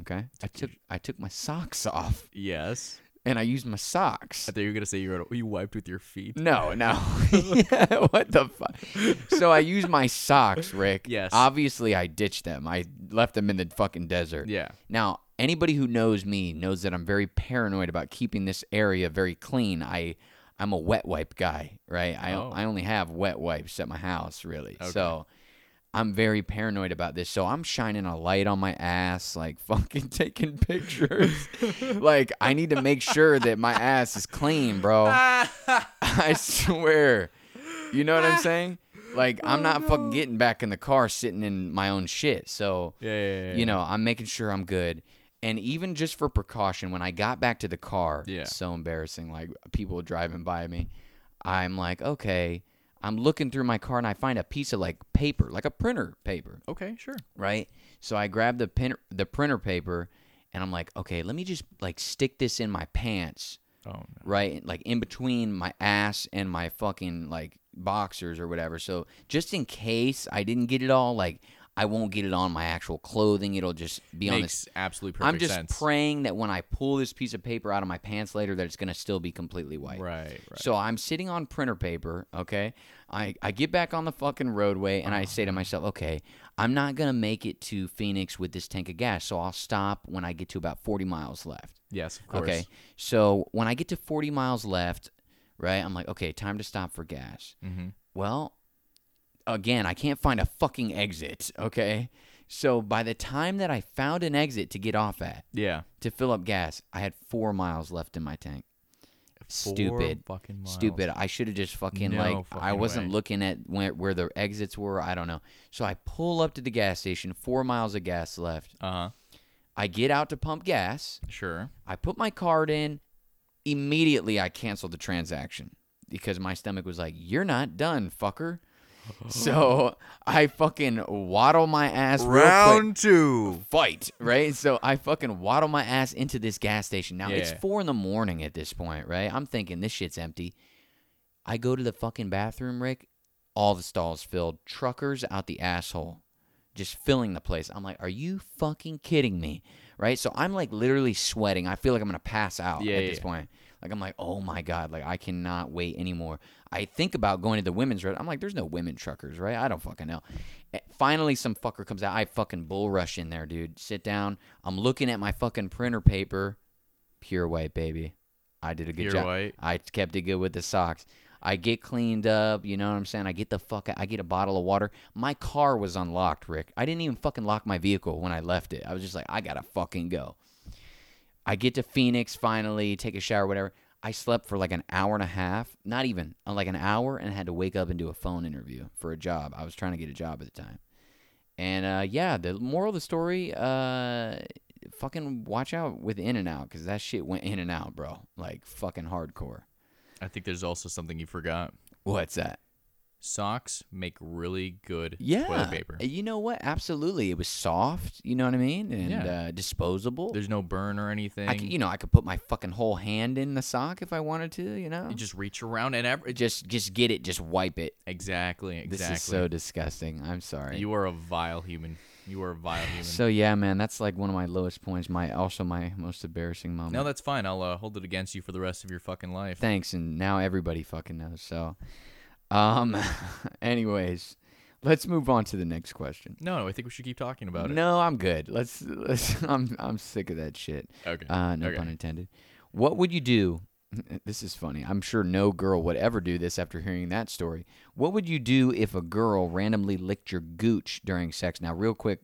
Okay. I took I took my socks off, Yes. and I used my socks. I thought you were gonna say you were, you wiped with your feet. No, no. Yeah, what the fuck? So I used my socks, Rick. Yes. Obviously, I ditched them. I left them in the fucking desert. Yeah. Now, anybody who knows me knows that I'm very paranoid about keeping this area very clean. I I'm a wet wipe guy, right? I Oh. I only have wet wipes at my house, really. So I'm very paranoid about this. So I'm shining a light on my ass, like fucking taking pictures. like I need to make sure that my ass is clean, bro. I swear. You know what I'm saying? Like I'm not fucking getting back in the car sitting in my own shit. So Yeah, yeah, yeah, yeah. you know, I'm making sure I'm good. And even just for precaution, when I got back to the car, Yeah. it's so embarrassing. Like people driving by me, I'm like, okay, I'm looking through my car and I find a piece of like paper, like a printer paper, Okay, sure. right? So I grab the pin, the printer paper, and I'm like, okay, let me just like stick this in my pants, Oh no. right? Like in between my ass and my fucking like boxers or whatever. So just in case I didn't get it all, like I won't get it on my actual clothing. It'll just be on this. Makes absolute perfect I'm just sense. praying that when I pull this piece of paper out of my pants later, that it's gonna still be completely white. right, right. So I'm sitting on printer paper, okay? I, I get back on the fucking roadway and I Uh-huh. say to myself, okay, I'm not going to make it to Phoenix with this tank of gas, so I'll stop when I get to about 40 miles left. Yes, of course. Okay. So when I get to 40 miles left, right, I'm like, okay, time to stop for gas. Mm-hmm. Well, again, I can't find a fucking exit, okay? So by the time that I found an exit to get off at Yeah. to fill up gas, I had four miles left in my tank. Four Stupid. Fucking miles. Stupid. I should have just fucking No like I fucking wasn't way. looking at where, where the exits were. I don't know. So I pull up to the gas station, four miles of gas left. Uh huh. I get out to pump gas. Sure. I put my card in. Immediately, I cancel the transaction. because my stomach was like, "You're not done, fucker." So I fucking waddle my ass real quick. Round two. fight, right? So I fucking waddle my ass into this gas station. Now it's Yeah. four in the morning at this point, right? I'm thinking this shit's empty. I go to the fucking bathroom, Rick. All the stalls filled. Truckers out the asshole, just filling the place. I'm like, are you fucking kidding me? Right? So I'm like literally sweating. I feel like I'm gonna pass out Yeah, at yeah, this yeah. point. Like I'm like, oh my god, like I cannot wait anymore. I think about going to the women's red. I'm like, there's no women truckers, right? I don't fucking know. Eh, Finally, some fucker comes out. I fucking bull rush in there, dude. Sit down. I'm looking at my fucking printer paper. Pure white, baby. I did a good Pure job. white. I kept it good with the socks. I get cleaned up, you know what I'm saying? I get the fuck I get a bottle of water. My car was unlocked, Rick. I didn't even fucking lock my vehicle when I left it. I was just like, I gotta fucking go. I get to Phoenix finally, take a shower, whatever. I slept for like an hour and a half, not even, uh, like an hour, and had to wake up and do a phone interview for a job. I was trying to get a job at the time. And uh, yeah, the moral of the story, uh, fucking watch out with In and Out because that shit went in and out, bro. Like fucking hardcore. I think there's also something you forgot. What's that? Socks make really good Yeah. toilet paper. You know what? Absolutely. It was soft, you know what I mean? And Yeah. uh, disposable. There's no burn or anything. I c- you know, I could put my fucking whole hand in the sock if I wanted to, you know? You just reach around and ever. just just get it, just wipe it. Exactly, exactly. This is so disgusting. I'm sorry. You are a vile human. You are a vile human. so yeah, man, that's like one of my lowest points. My also my most embarrassing moment. no, that's fine. I'll uh, hold it against you for the rest of your fucking life. Thanks, and now everybody fucking knows. So, um, anyways, let's move on to the next question. no, no, I think we should keep talking about it. No, I'm good. Let's. let's I'm I'm sick of that shit. Okay. Uh, no okay. pun intended. What would you do? This is funny. I'm sure no girl would ever do this after hearing that story. What would you do if a girl randomly licked your gooch during sex? Now, real quick,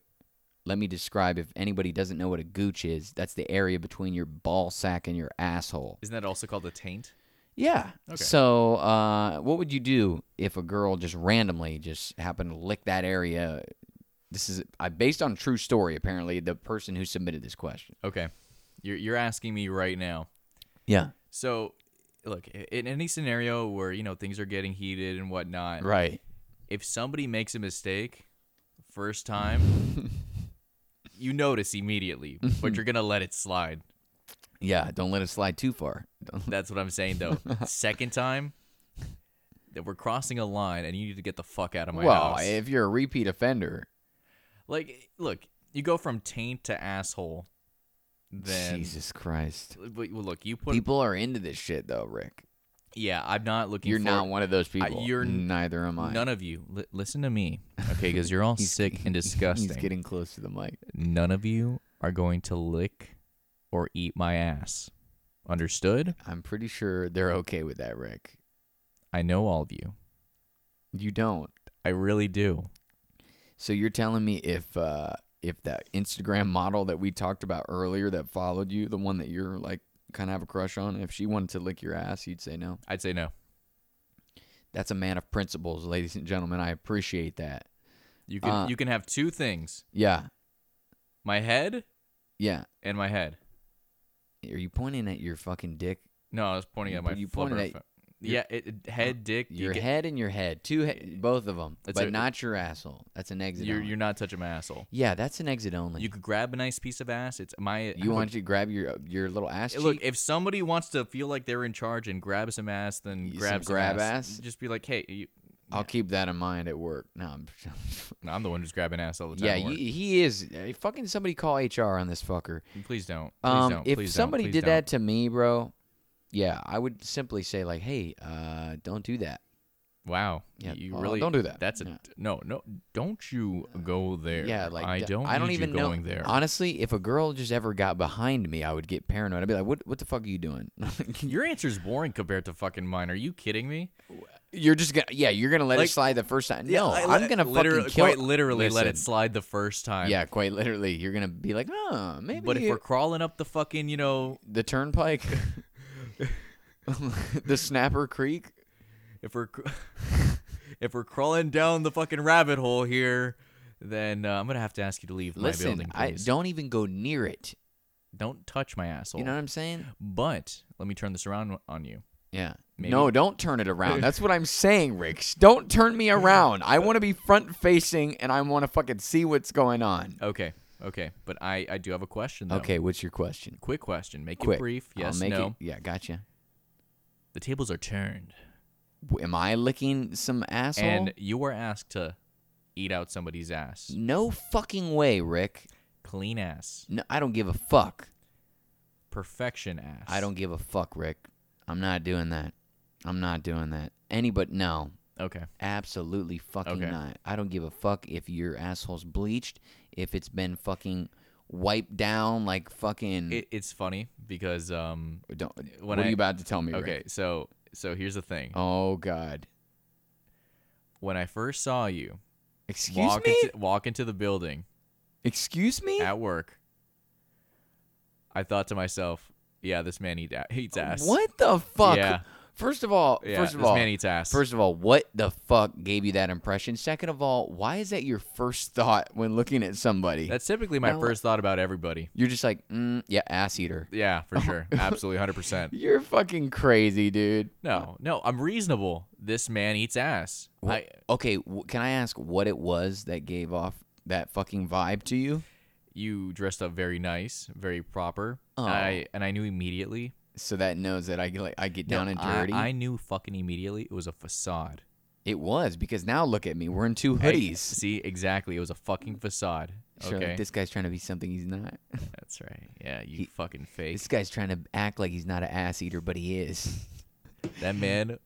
let me describe if anybody doesn't know what a gooch is, that's the area between your ball sack and your asshole. Isn't that also called a taint? Yeah. Okay. So, uh, what would you do if a girl just randomly just happened to lick that area? This is I based on a true story. Apparently, the person who submitted this question. Okay. You're you're asking me right now. Yeah. So, look, i- in any scenario where you know things are getting heated and whatnot, Right. if somebody makes a mistake first time, you notice immediately, but you're gonna let it slide. Yeah. Don't let it slide too far. Don't- That's what I'm saying though. Second time, that we're crossing a line, and you need to get the fuck out of my well, house. if you're a repeat offender, like, look, you go from taint to asshole. Then, Jesus Christ, But, but look, you put. people are into this shit though, Rick. yeah, I'm not looking. You're for, not one of those people. you're n- neither am I. None of you. Li- listen to me, okay? Because you're all sick and disgusting. He's getting close to the mic. None of you are going to lick or eat my ass. Understood? I'm pretty sure they're okay with that, Rick. I know all of you. You don't. I really do. So you're telling me if uh if that Instagram model that we talked about earlier that followed you, the one that you're like kind of have a crush on, if she wanted to lick your ass, you'd say no. I'd say no. That's a man of principles, ladies and gentlemen. I appreciate that. You can Uh, you can have two things: Yeah. my head Yeah. and my head. Are you pointing at your fucking dick? No, I was pointing at my. You flubber pointed fa- your- Oh, yeah, it, it- head, dick. you Your get- head and your head. Two he- both of them, That's but a- not your asshole. That's an exit. You're only. you're not touching my asshole. yeah, that's an exit only. You You, could grab a nice piece of ass. It's my. I would- want you to grab your your little ass cheek? Look, if somebody wants to feel like they're in charge and grab some ass, then Some grab some grab ass? Just be like, hey, you, I'll keep that in mind at work. No, I'm no, I'm the one who's grabbing ass all the time. Yeah, at work. he, he is. uh, Fucking somebody call HR on this fucker. Please don't. Please Um, don't. if please somebody don't. please did don't. that to me, bro, yeah, I would simply say like, "Hey, uh, don't do that." wow, Yeah, you well, really don't do that. That's a Yeah. no, no. Don't you go there. Yeah, like I d- don't. I don't need you even going know. there. Honestly, if a girl just ever got behind me, I would get paranoid. I'd be like, "What? What the fuck are you doing?" Your answer's boring compared to fucking mine. Are you kidding me? you're just gonna, yeah, you're gonna let Like- it slide the first time. Yeah, No, I I'm let- gonna literally, fucking kill. quite literally let it Listen, slide the first time. Yeah, quite literally, you're gonna be like, "Oh, maybe." But if we're crawling up the fucking, you know, the turnpike, the Snapper Creek. if we're cr- if we're crawling down the fucking rabbit hole here, then uh, I'm gonna have to ask you to leave my Listen, building. I please. don't even go near it. don't touch my asshole. You know what I'm saying? But let me turn this around on you. Yeah. No, don't turn it around. That's what I'm saying, Ricks. Don't turn me around. I want to be front facing and I want to fucking see what's going on. Okay. Okay. But I, I do have a question, though. Okay, what's your question? Quick question. Make Quick. it brief. I'll Yes, make no. It, yeah, gotcha. The tables are turned. W- Am I licking some asshole? And you were asked to eat out somebody's ass. no fucking way, Rick. Clean ass. No, I don't give a fuck. Perfection ass. I don't give a fuck, Rick. I'm not doing that. I'm not doing that. Anybody, no. Okay. Absolutely fucking Okay. not. I don't give a fuck if your asshole's bleached, if it's been fucking wiped down like fucking. It, it's funny because um don't, when what are I- you about to tell me? Rick? okay, so so here's the thing. Oh God. When I first saw you Excuse walk me. into walk into the building Excuse me. at work, I thought to myself, yeah, this man eat, eats ass. Uh, What the fuck? Yeah. First of all, Yeah, first of this all, man eats ass. First of all, what the fuck gave you that impression? Second of all, why is that your first thought when looking at somebody? That's typically my No. first thought about everybody. You're just like, mm, yeah, ass eater. Yeah, Oh. for sure. Absolutely 100%. You're fucking crazy, dude. No, no, I'm reasonable. This man eats ass. I, okay, w- can I ask what it was that gave off that fucking vibe to you? you dressed up very nice, very proper. Oh. I and I knew immediately. So that knows that I get like I get down No, and I- dirty. I, knew fucking immediately it was a facade. it was because now look at me. We're in two Hey, hoodies. see, exactly. It was a fucking facade. Sure, like, Okay. this guy's trying to be something he's not. That's right. Yeah, you fucking fake. This guy's trying to act like he's not an ass eater, but he is. That man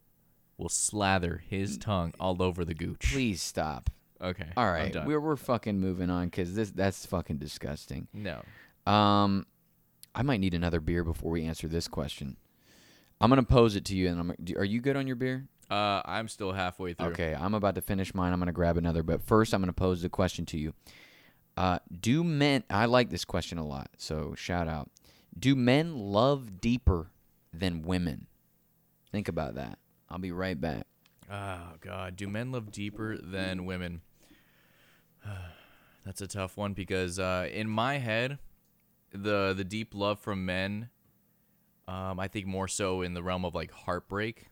will slather his tongue all over the gooch. Please stop. Okay. All I'm right, done. we're we're fucking moving on because this that's fucking disgusting. No. Um, I might need another beer before we answer this question. I'm gonna pose it to you, and I'm. do- Are you good on your beer? Uh, I'm still halfway through. Okay, I'm about to finish mine. I'm gonna grab another, but first I'm gonna pose the question to you. Uh, do men? I like this question a lot, so shout out. Do men love deeper than women? Think about that. I'll be right back. Oh God, do men love deeper than women? That's a tough one because uh, in my head, the the deep love from men, um, I think more so in the realm of like heartbreak.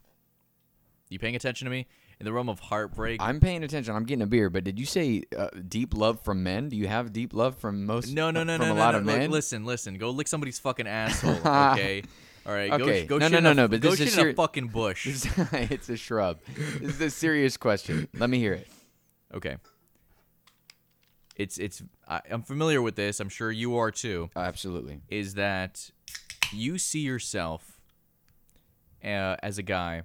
You paying attention to me? In the realm of heartbreak, I'm paying attention. I'm getting a beer, but did you say uh, deep love from men? Do you have deep love from most? No, no, no, from no, a no, lot no. of Look, men. listen, listen. Go lick somebody's fucking asshole. Okay. All right. Okay. Go, go No, shit no, in no, a, no, but go this is shit in seri- a fucking bush. it's a shrub. This is a serious question. Let me hear it. Okay. It's it's. I, I'm familiar with this. I'm sure you are too. Absolutely. Is that you see yourself uh, as a guy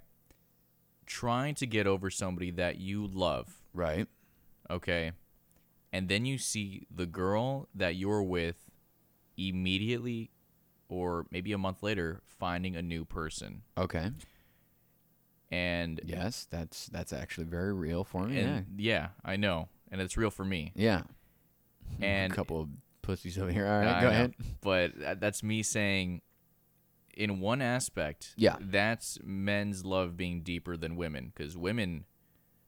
trying to get over somebody that you love, Right. okay, and then you see the girl that you're with immediately, or maybe a month later, finding a new person. Okay. and Yes, that's that's actually very real for me. and yeah. I know, and it's real for me. yeah. Yeah. And a couple of pussies over here. All right, I go know, ahead. But tha- that's me saying, in one aspect, Yeah. that's men's love being deeper than women because women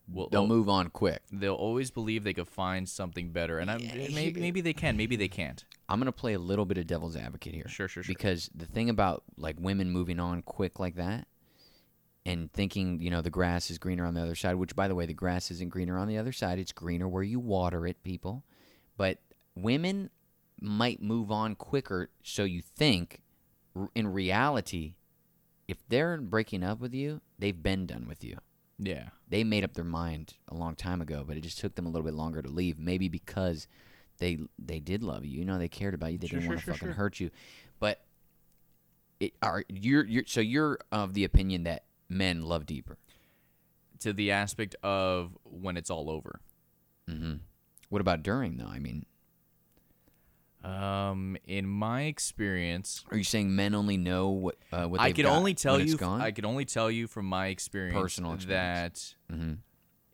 will They'll al- move on quick. They'll always believe they could find something better, and I'm, Yeah, maybe, he- maybe they can, maybe they can't. I'm gonna play a little bit of devil's advocate here. Sure, sure, sure. Because the thing about like women moving on quick like that and thinking, you know, the grass is greener on the other side, which by the way, the grass isn't greener on the other side, it's greener where you water it, people. But women might move on quicker, so you think R- in reality, if they're breaking up with you, they've been done with you Yeah, they made up their mind a long time ago, but it just took them a little bit longer to leave. Maybe because they they did love you, you know, they cared about you, they Sure, didn't sure, want to sure, fucking sure. hurt you. But it are you're you're so you're of the opinion that men love deeper. to the aspect of when it's all over. hmm What about during though? I mean, Um, in my experience, are you saying men only know what uh, what I they've could got only tell when it's you, gone? I could only tell you from my experience, Personal experience. that hmm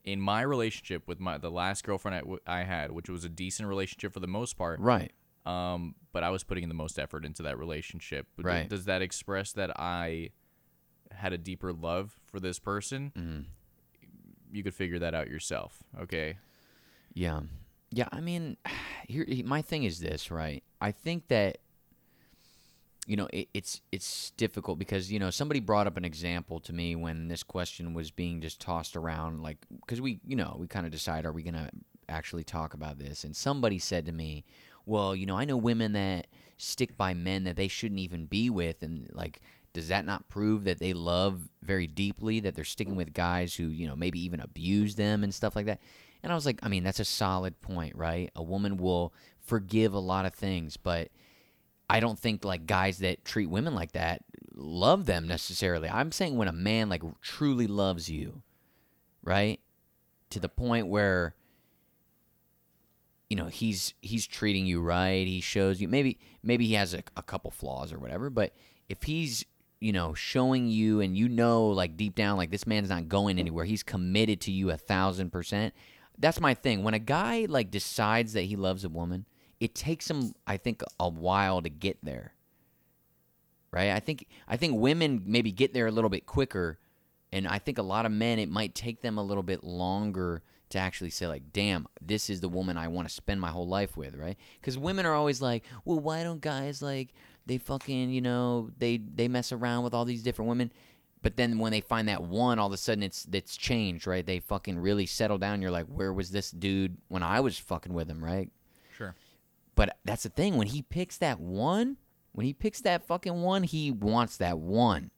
in my relationship with my the last girlfriend I, w- I had, which was a decent relationship for the most part, Right. um, but I was putting in the most effort into that relationship. But Right. Does that express that I had a deeper love for this person? hmm You could figure that out yourself. Okay. Yeah. Yeah, I mean, here my thing is this, right? I think that you know it, it's it's difficult because you know somebody brought up an example to me when this question was being just tossed around like because we you know we kind of decide are we gonna actually talk about this and somebody said to me well you know i know women that stick by men that they shouldn't even be with and like does that not prove that they love very deeply that they're sticking with guys who you know maybe even abuse them and stuff like that and i was like i mean that's a solid point right a woman will forgive a lot of things but I don't think like guys that treat women like that love them necessarily. I'm saying when a man like truly loves you, right? To the point where you know, he's he's treating you right, he shows you maybe maybe he has a, a couple flaws or whatever, but if he's you know, showing you and you know like deep down like this man's not going anywhere, he's committed to you a thousand percent. That's my thing. When a guy like decides that he loves a woman, it takes them i think a while to get there right i think i think women maybe get there a little bit quicker and i think a lot of men it might take them a little bit longer to actually say like damn this is the woman i want to spend my whole life with right because women are always like well why don't guys like they fucking you know they they mess around with all these different women but then when they find that one all of a sudden it's that's changed right they fucking really settle down you're like where was this dude when i was fucking with him right Sure. but that's the thing. When he picks that one, when he picks that fucking one, he wants that one.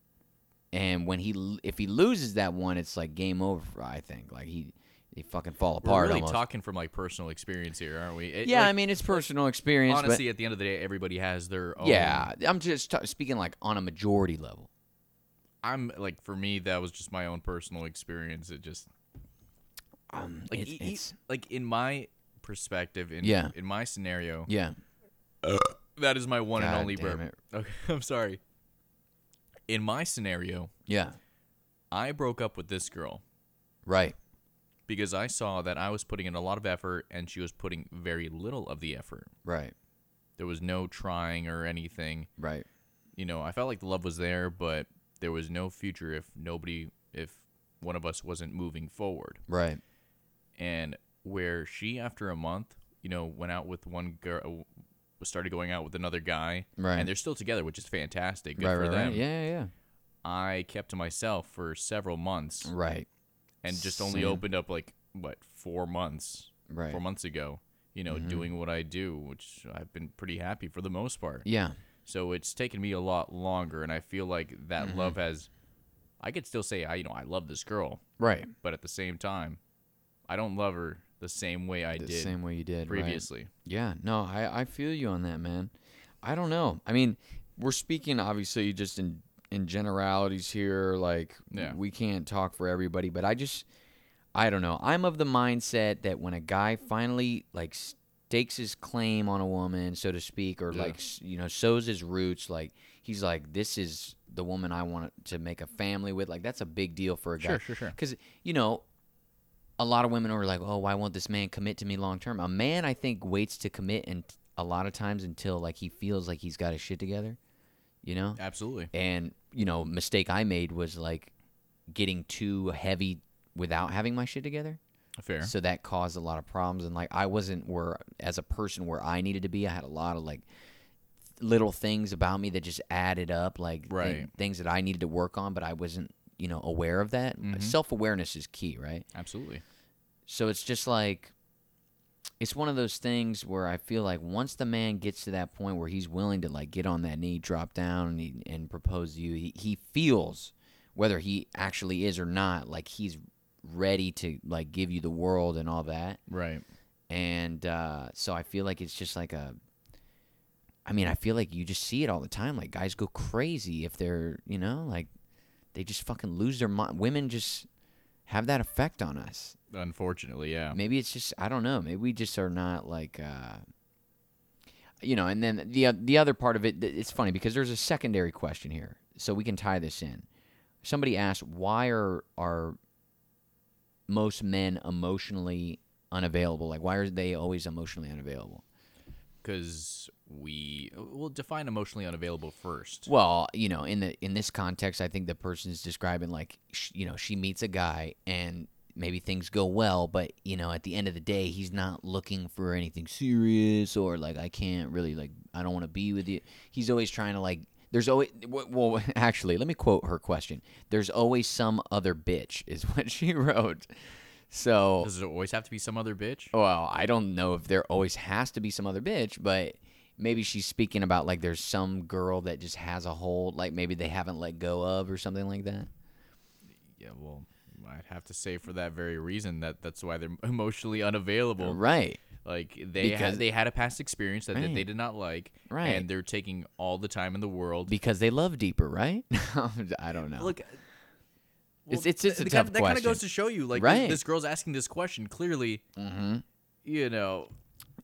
And when he if he loses that one, it's like game over. for- I think like he they fucking fall We're apart. really almost. talking from like personal experience here, aren't we? It- yeah, like, I mean it's personal experience. but- honestly, oh. at the end of the day, everybody has their own. yeah, I'm just ta speaking like on a majority level. I'm like for me, that was just my own personal experience. It just Um, like it's, e- e- it's- like in my perspective, in Yeah. in my scenario, yeah, that is my one God and only damn burp. it. Okay, I'm sorry. In my scenario, yeah, I broke up with this girl right, because I saw that I was putting in a lot of effort and she was putting very little of the effort. right, There was no trying or anything. right, You know, I felt like the love was there, but there was no future if nobody if one of us wasn't moving forward. right, and where she after a month you know went out with one girl uh, started going out with another guy Right. and they're still together which is fantastic good right, for right, them right. Yeah, yeah, i kept to myself for several months yeah. right, and just only Same. opened up like what four months right, Mm-hmm. four months ago you know doing what i do which i've been pretty happy for the most part yeah, so it's taken me a lot longer and i feel like that Mm-hmm. love has i could still say i you know i love this girl right. but at the same time i don't love her the same way i The did same way you did right. previously. Yeah, no, I, I feel you on that, man. I don't know. I mean, we're speaking obviously just in in generalities here. Like, Yeah. we can't talk for everybody, but I just, I don't know. I'm of the mindset that when a guy finally like stakes his claim on a woman, so to speak, or Yeah. like s- you know sows his roots, like he's like, this is the woman I want to make a family with. Like, that's a big deal for a guy. sure, sure. Because, you know, a lot of women are like, oh, why won't this man commit to me long term? A man, I think, waits to commit and a lot of times until like he feels like he's got his shit together, you know? Absolutely. And, you know, mistake I made was like getting too heavy without having my shit together. Fair. So that caused a lot of problems. And like, I wasn't where, as a person, where I needed to be. I had a lot of like little things about me that just added up, like thi- Right. things that I needed to work on, but I wasn't, you know, aware of that. Mm-hmm. Self awareness is key, right? Absolutely. So it's just like, it's one of those things where I feel like once the man gets to that point where he's willing to like get on that knee, drop down, and, he, and propose to you, he, he feels whether he actually is or not, like he's ready to like give you the world and all that. Right. And uh, so I feel like it's just like a. I mean, I feel like you just see it all the time. Like guys go crazy if they're, you know, like they just fucking lose their mind. Women just have that effect on us Unfortunately, yeah. maybe it's just I don't know. Maybe we just are not like, uh, you know. And then the uh, the other part of it, th- it's funny because there's a secondary question here, so we can tie this in. Somebody asked, why are are most men emotionally unavailable? Like, why are they always emotionally unavailable? Because we will define emotionally unavailable first. Well, you know, in the in this context, I think the person's describing like, sh- you know, she meets a guy and maybe things go well, but you know, at the end of the day, he's not looking for anything serious or like I can't really like I don't want to be with you. He's always trying to like There's always w- well, actually, let me quote her question. There's always some other bitch, is what she wrote. So Does it always have to be some other bitch? well, I don't know if there always has to be some other bitch, but maybe she's speaking about like there's some girl that just has a hold, like maybe they haven't let go of or something like that. Yeah, well, I'd have to say for that very reason that that's why they're emotionally unavailable. Right. Like they Because- had, they had a past experience that, that they Right. did not like, Right. And they're taking all the time in the world. Because they love deeper, right? I don't know. Look, It's- it's just a that tough kinda, That kind of question. goes to show you, like, this- Right. this, girl's asking this question. Clearly, you know,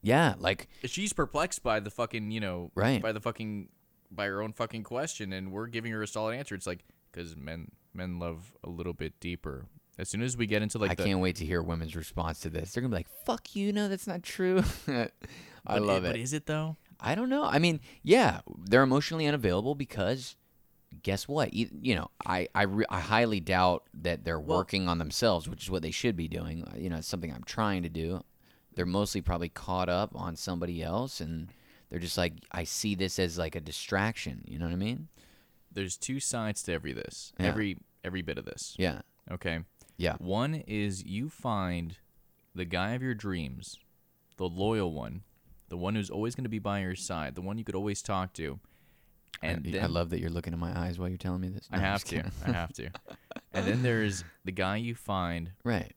Mm-hmm. yeah, like she's perplexed by the fucking, you know, Right. by the fucking, by her own fucking question, and we're giving her a solid answer. It's like because men men love a little bit deeper. As soon as we get into like I the, can't wait to hear women's response to this. They're gonna be like, "Fuck you, no, that's not true." I but love But it. is it though? I don't know. I mean, yeah, they're emotionally unavailable because guess what? E- You know, I I, re- I highly doubt that they're working on themselves, which is what they should be doing. Uh, You know, it's something I'm trying to do. They're mostly probably caught up on somebody else, and they're just like, I see this as like a distraction. You know what I mean? There's two sides to every this, Yeah. every every bit of this. Yeah, Okay. yeah, One is you find the guy of your dreams, the loyal one, the one who's always going to be by your side, the one you could always talk to. And I, then I love that you're looking in my eyes while you're telling me this. I No, I'm have just to. kidding. I have to. And then there's the guy you find Right.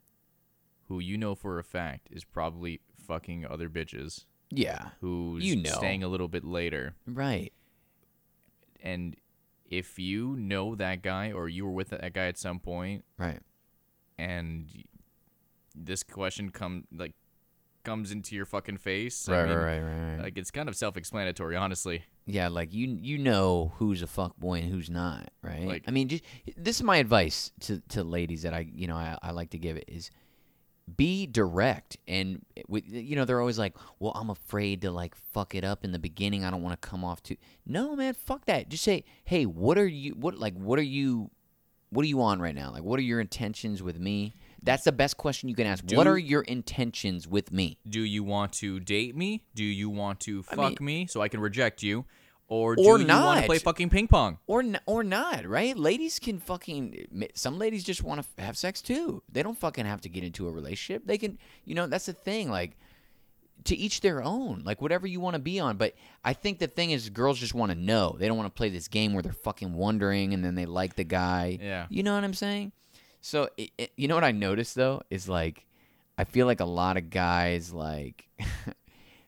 who you know for a fact is probably fucking other bitches Yeah. who's You know. staying a little bit later. Right. And if you know that guy or you were with that guy at some point Right. and y- this question come like comes into your fucking face. I Right, mean, right. Right. Right. Right. Like it's kind of self-explanatory, honestly. Yeah, like you you know who's a fuck boy and who's not, right? Like- I mean, just, this is my advice to, to ladies that I you know I, I like to give it is be direct and with you know they're always like, well, I'm afraid to like fuck it up in the beginning. I don't want to come off too. No, man, fuck that. Just say, hey, what are you? What like what are you? What are you on right now? Like, what are your intentions with me? That's the best question you can ask. what Do- are your intentions with me? Do you want to date me? Do you want to fuck mean- me so I can reject you? Or do Or you want not. to play fucking ping pong? or n- or not, right? Ladies can fucking some ladies just want to f- have sex too. They don't fucking have to get into a relationship. They can, you know, that's the thing. Like to each their own. Like whatever you want to be on. But I think the thing is, girls just want to know. They don't want to play this game where they're fucking wondering and then they like the guy. Yeah. you know what I'm saying? So it, it- you know what I noticed though is like I feel like a lot of guys like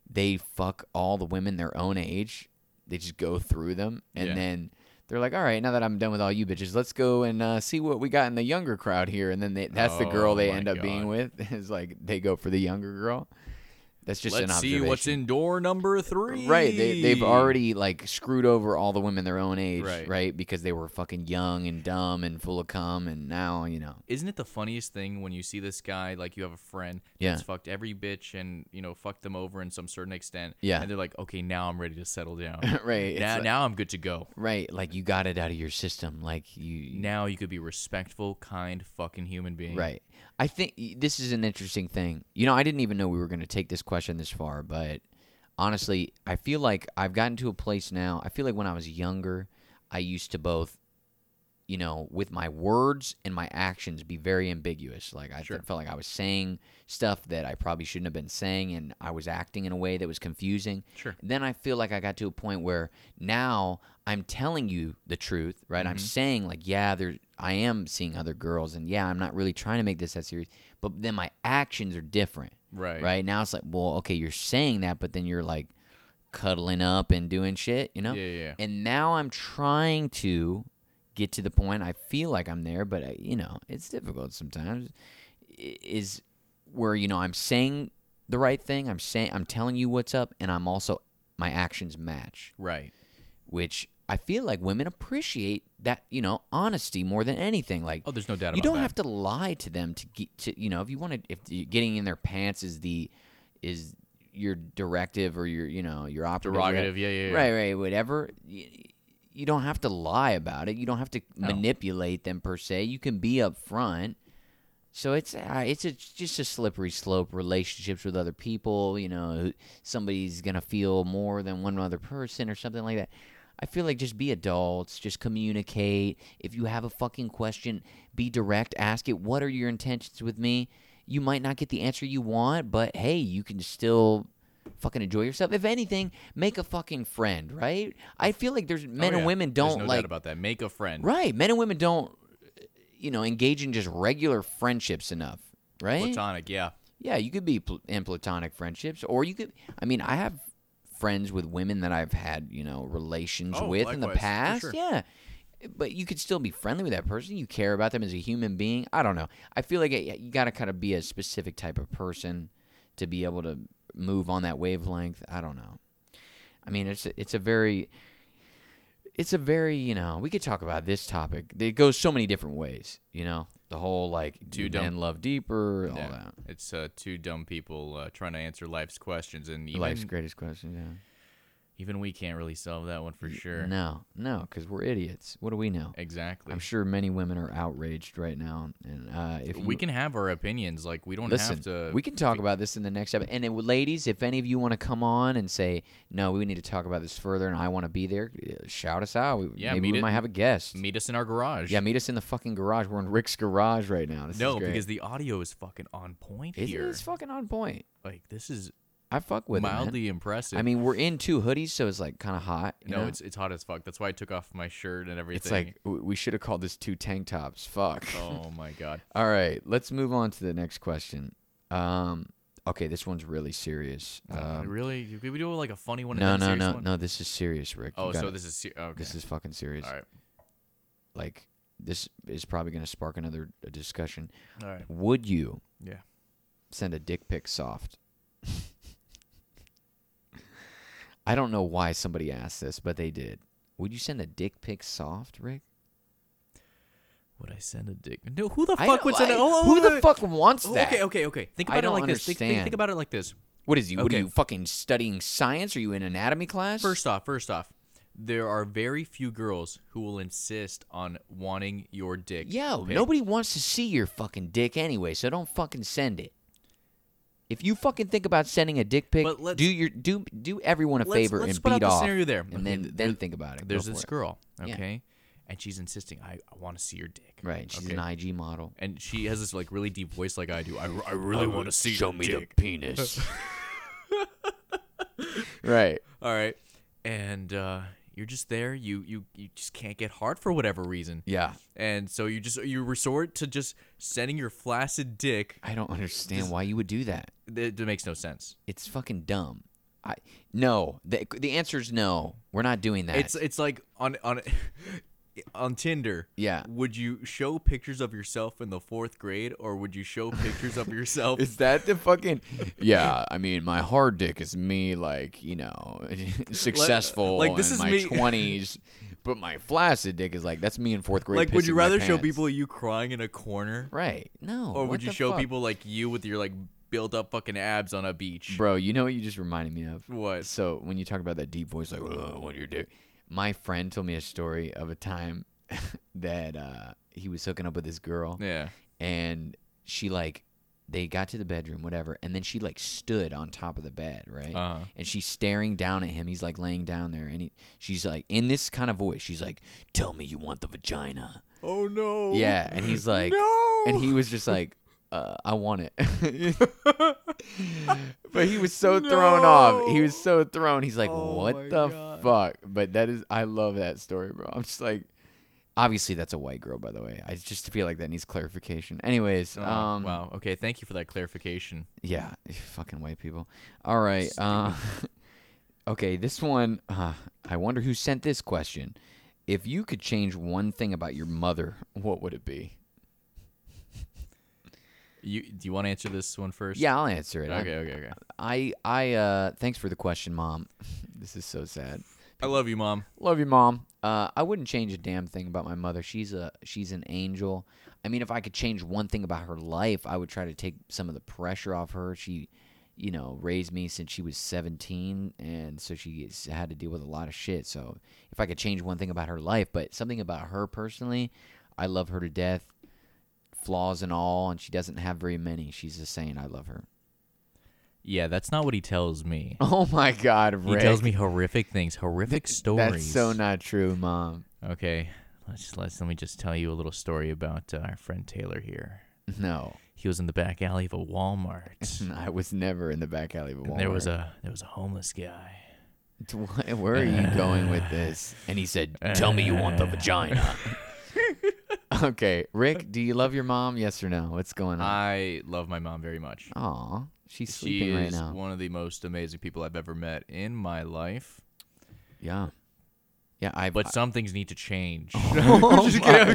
they fuck all the women their own age. They just go through them and Yeah. then they're like, "All right, now that I'm done with all you bitches, let's go and uh, see what we got in the younger crowd here." And then they, that's the girl Oh they my end up being God. with. Is like they go for the younger girl. That's just an Let's see observation. what's in door number three. Right, they they've already like screwed over all the women their own age, right. Right. Because they were fucking young and dumb and full of cum, and now you know. Isn't it the funniest thing when you see this guy, like you have a friend Yeah. that's fucked every bitch and, you know, fucked them over in some certain extent. Yeah. And they're like, okay, now I'm ready to settle down. right, it's now, like- now I'm good to go. right, like you got it out of your system, like you. Now you could be respectful, kind, fucking human being. Right. I think y- this is an interesting thing. You know, I didn't even know we were going to take this question this far, but honestly, I feel like I've gotten to a place now. I feel like when I was younger, I used to both, you know, with my words and my actions be very ambiguous. Like I Sure. felt like I was saying stuff that I probably shouldn't have been saying and I was acting in a way that was confusing. Sure. Then I feel like I got to a point where now I'm telling you the truth, right? I'm saying like, yeah, there I am seeing other girls and yeah, I'm not really trying to make this that serious, but then my actions are different. Right. Right? Now it's like, well, okay, you're saying that, but then you're like cuddling up and doing shit, you know? Yeah, yeah, yeah. And now I'm trying to get to the point I feel like I'm there, but I, you know, it's difficult sometimes. i- Is where you know I'm saying the right thing, I'm saying I'm telling you what's up and I'm also my actions match, Right. which I feel like women appreciate that, you know, honesty more than anything. Like Oh, there's no doubt you about don't that. have to lie to them to get to you know if you want to if the- getting in their pants is the is your directive or your you know your operative Derogative, yeah, yeah, yeah. right right whatever you, you don't have to lie about it you don't have to manipulate them per se you can be upfront so it's uh, it's a, just a slippery slope relationships with other people you know somebody's gonna feel more than one other person or something like that I feel like just be adults, just communicate. If you have a fucking question, be direct, ask it, what are your intentions with me? You might not get the answer you want, but hey, you can still fucking enjoy yourself. If anything, make a fucking friend, right? I feel like there's men and women Oh, There's don't no doubt like about that. Make a friend. Right. Men and women don't, you know, engage in just regular friendships enough, right? Platonic, yeah. Yeah, you could be pl- in platonic friendships, or you could. I mean, I have friends with women that I've had, you know, relations Oh, with in the likewise, for past. sure. Yeah. But you could still be friendly with that person. You care about them as a human being. I don't know. I feel like it, you got to kind of be a specific type of person to be able to move on that wavelength. I don't know. I mean, it's a, it's a very it's a very you know we could talk about this topic. It goes so many different ways. You know, the whole like do Dude, don't- men love deeper, all Yeah. that. It's uh, two dumb people uh, trying to answer life's questions, and even, Life's greatest question. Yeah. even we can't really solve that one for sure. No, no, because we're idiots. What do we know? Exactly. I'm sure many women are outraged right now, and uh, if we you- can have our opinions. Like we don't listen, have to. we can talk about this in the next episode. And then, ladies, if any of you want to come on and say, "No, we need to talk about this further," and I want to be there, uh, shout us out. We, Yeah, maybe meet we it- might have a guest. meet us in our garage. yeah, meet us in the fucking garage. We're in Rick's garage right now. This is no, great. because the audio is fucking on point Isn't here. this fucking on point. Like this is I fuck with it, man. mildly impressive. I mean, we're in two hoodies, so it's like kind of hot. you no, know? it's it's hot as fuck. That's why I took off my shirt and everything. it's like w- we should have called this two tank tops. Fuck. oh my god. All right, let's move on to the next question. Um, okay, this one's really serious. Um, really? You- Could we do like a funny Oh, one? no, and then no, a no, serious one? no. This is serious, Rick. You Oh, so gotta- this is se- okay. this is fucking serious. all right. Like this is probably gonna spark another uh, discussion. All right. Would you Yeah. send a dick pic soft? I don't know why somebody asked this, but they did. Would you send a dick pic soft, Rick? Would I send a dick? No. Who the I fuck don't- would send a? I- Oh, who oh, the fuck wants oh, that? Okay, okay, okay. Think I about it don't like this. Think, think, understand. think about it like this. What is he? What are Okay. you fucking studying science? Are you in anatomy class? First off, first off, there are very few girls who will insist on wanting your dick. Yo, pic. nobody wants to see your fucking dick anyway, so don't fucking send it. If you fucking think about sending a dick pic, But let's- do your do do everyone a let's- favor let's and put out beat the off, scenario there. and Okay, then th- then think about it. Go There's for this it. girl, Yeah. okay, and she's insisting, I, I want to see your dick. right? She's okay? an IG model. And she has this like really deep voice, like I do. I, I really want to see your dick. penis. right. All right, and uh, you're just there. You you you just can't get hard for whatever reason. Yeah. And so you just you resort to just sending your flaccid dick. I don't understand why you would do that. That, that makes no sense. It's fucking dumb. I no. The the answer is no. We're not doing that. It's it's like on on on Tinder. Yeah. Would you show pictures of yourself in the fourth grade, or would you show pictures of yourself? Is that the fucking? Yeah, I mean, my hard dick is me, like you know, successful like, this in is my me- twenties, but my flaccid dick is like that's me in fourth grade. like, would pissing you my rather show pants. people you crying in a corner, Right? No. or what would you the show fuck? people like you with your like built up fucking abs on a beach? Bro, you know what you just reminded me of? What? So when you talk about that deep voice, like, "Ugh, what your dick? My friend told me a story of a time that uh, he was hooking up with this girl. Yeah. and she like they got to the bedroom whatever and then she like stood on top of the bed right Uh-huh. and she's staring down at him he's like laying down there and he, she's like in this kind of voice she's like tell me you want the vagina Oh no. yeah and he's like No. and he was just like uh, i want it but he was so thrown off he was so thrown he's like Oh what my the God. fuck but that is i love that story bro i'm just like obviously that's a white girl by the way i just feel like that needs clarification anyways Oh, um wow. Okay. Thank you for that clarification. yeah, fucking white people. All right. Uh, okay, this one. Uh, I wonder who sent this question. If you could change one thing about your mother, what would it be? You do you want to answer this one first? Yeah, I'll answer it. I- Okay. Okay. Okay. I I uh thanks for the question, mom. This is so sad. I love you, mom. Love you, mom. Uh, I wouldn't change a damn thing about my mother. She's a she's an angel. I mean, if I could change one thing about her life, I would try to take some of the pressure off her. She, you know, raised me since she was seventeen, and so she s- had to deal with a lot of shit. So if I could change one thing about her life, but something about her personally, I love her to death, flaws and all, and she doesn't have very many. She's just saying I love her. Yeah, that's not what he tells me. Oh my God, He Rick. tells me horrific things, horrific stories. That's so not true, Mom. Okay, let's, let's let me just tell you a little story about uh, our friend Taylor here. No, He was in the back alley of a Walmart. I was never in the back alley of a Walmart. And there was a there was a homeless guy. Why- Where are you going with this? And he said, "Tell me you want the vagina." okay, Rick, do you love your mom? Yes or no? What's going on? I love my mom very much. Aw, she's She sleeping right is now. one of the most amazing people I've ever met in my life. yeah, yeah. I. But some things need to change. oh my-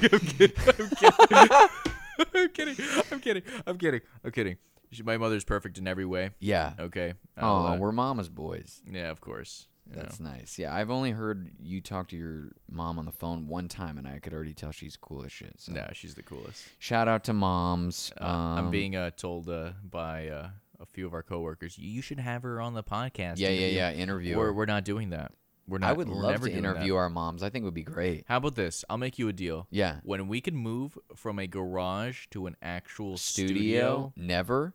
I'm kidding. I'm kidding. I'm kidding. I'm kidding. She, my mother's perfect in every way. yeah. Okay. I'll, Oh, uh, we're mama's boys. yeah, of course. you know. That's nice. Yeah, I've only heard you talk to your mom on the phone one time, and I could already tell she's cool as shit. So. No, she's the coolest. Shout out to moms. Uh, um, I'm being uh, told uh, by uh, a few of our coworkers, you should have her on the podcast. Yeah, yeah, interview." yeah. Interview. We're, her. we're not doing that. We're not. I would we're love never to doing that. interview our moms. I think it would be great. How about this? I'll make you a deal. Yeah. When we can move from a garage to an actual Studio. studio. Never.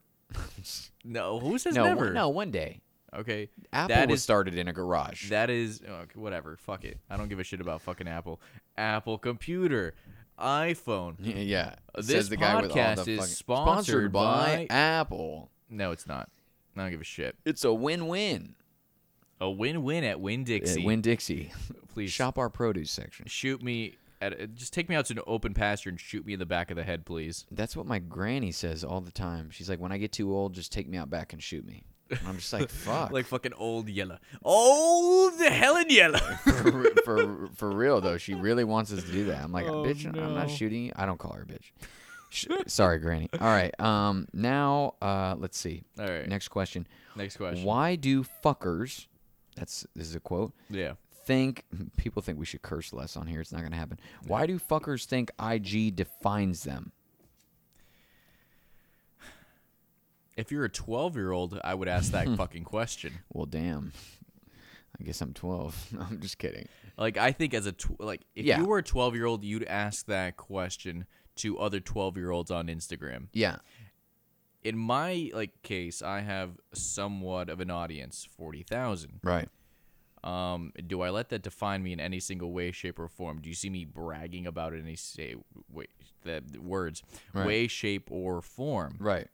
No, who says no. one- never? No. One day. Okay. Apple That was is- started in a garage. That is okay, whatever. Fuck it. I don't give a shit about fucking Apple. Apple computer, iPhone. Y- yeah. This Says the guy with all podcast the is fucking- sponsored by by- Apple. No, it's not. I don't give a shit. It's a win-win. A win-win at Win Dixie. Win Dixie. Please Shop our produce section. shoot me at uh, just take me out to an open pasture and shoot me in the back of the head, please. That's what my granny says all the time. She's like, "When I get too old, just take me out back and shoot me." And I'm just like, "Fuck." Like fucking old yellow. Old Helen Yellow. for, for for real though, she really wants us to do that. I'm like, bitch, I'm Oh, no. not shooting you. I don't call her bitch. Sh- Sorry, Granny. All right. Um. Now, uh, let's see. All right. Next, Next question. question. Why do fuckers? That's this is a quote. Yeah. Think people think we should curse less on here. It's not gonna happen. Why do fuckers think IG defines them? If you're a 12-year-old, I would ask that fucking question. Well, damn. I guess I'm 12. No, I'm just kidding. Like I think as a tw- like if Yeah. you were a 12 year old, you'd ask that question to other 12 year olds on Instagram. Yeah. In my like case, I have somewhat of an audience, 40,000. Right. Um do I let that define me in any single way shape or form? Do you see me bragging about it in any say wait the the words Right. way shape or form? Right.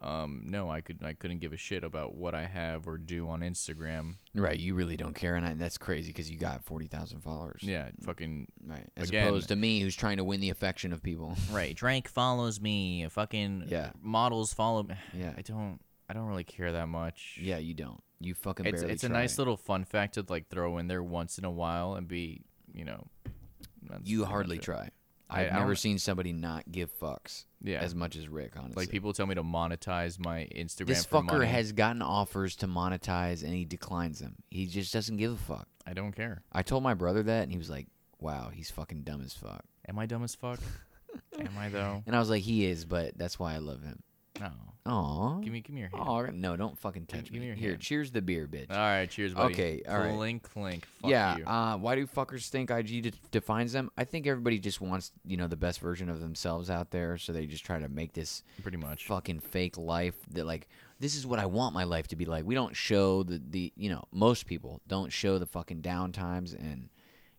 Um no, I could I couldn't give a shit about what I have or do on Instagram. Right. You really don't care, and I, that's crazy because you got 40,000 followers. Yeah, fucking Right. As Again- opposed to me, who's trying to win the affection of people. Right. Drake follows me. Fucking Yeah. models follow me. Yeah. I don't I don't really care that much. yeah, you don't. You fucking It's barely it's a try. nice little fun fact to like throw in there once in a while and be, you know, that's pretty You much hardly it. try. I- I've I never don't- seen somebody not give fucks Yeah. as much as Rick, honestly. like people tell me to monetize my Instagram this for fucker money. has gotten offers to monetize and he declines them. He just doesn't give a fuck. I don't care. I told my brother that and he was like, wow, he's fucking dumb as fuck. Am I dumb as fuck? Am I though? And I was like, he is, but that's why I love him. No. Aw. Give me give me your hand. Aw, no, don't fucking touch give me me. your Here, hand. cheers the beer, bitch. All right, cheers, buddy. Okay, all right. Clink clink. Fuck yeah. you. Uh, why do fuckers think IG de- defines them? I think everybody just wants, you know, the best version of themselves out there, so they just try to make this Pretty much. fucking fake life that, like, this is what I want my life to be like. We don't show the the you know most people don't show the fucking down times and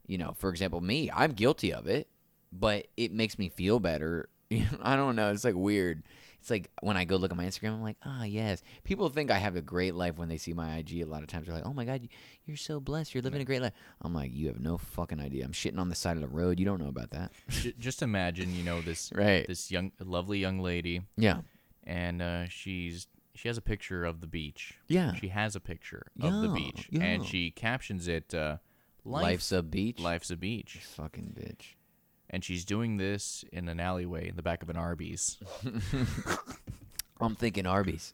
you know, for example, me, I'm guilty of it, but it makes me feel better. I don't know. It's like weird. It's like when I go look at my Instagram, I'm like, ah, yes. People think I have a great life when they see my IG. A lot of times they're like, oh my God, you're so blessed. You're living a great life. I'm like, you have no fucking idea. I'm shitting on the side of the road. You don't know about that. Ju- just imagine, you know, this Right. this young lovely young lady Yeah. and uh, she's she has a picture of the beach. Yeah. she has a picture of the Yeah, beach, yeah. and she captions it, uh, Life's "Life's a beach. life's a beach," Fucking bitch. and she's doing this in an alleyway in the back of an Arby's. I'm thinking Arby's.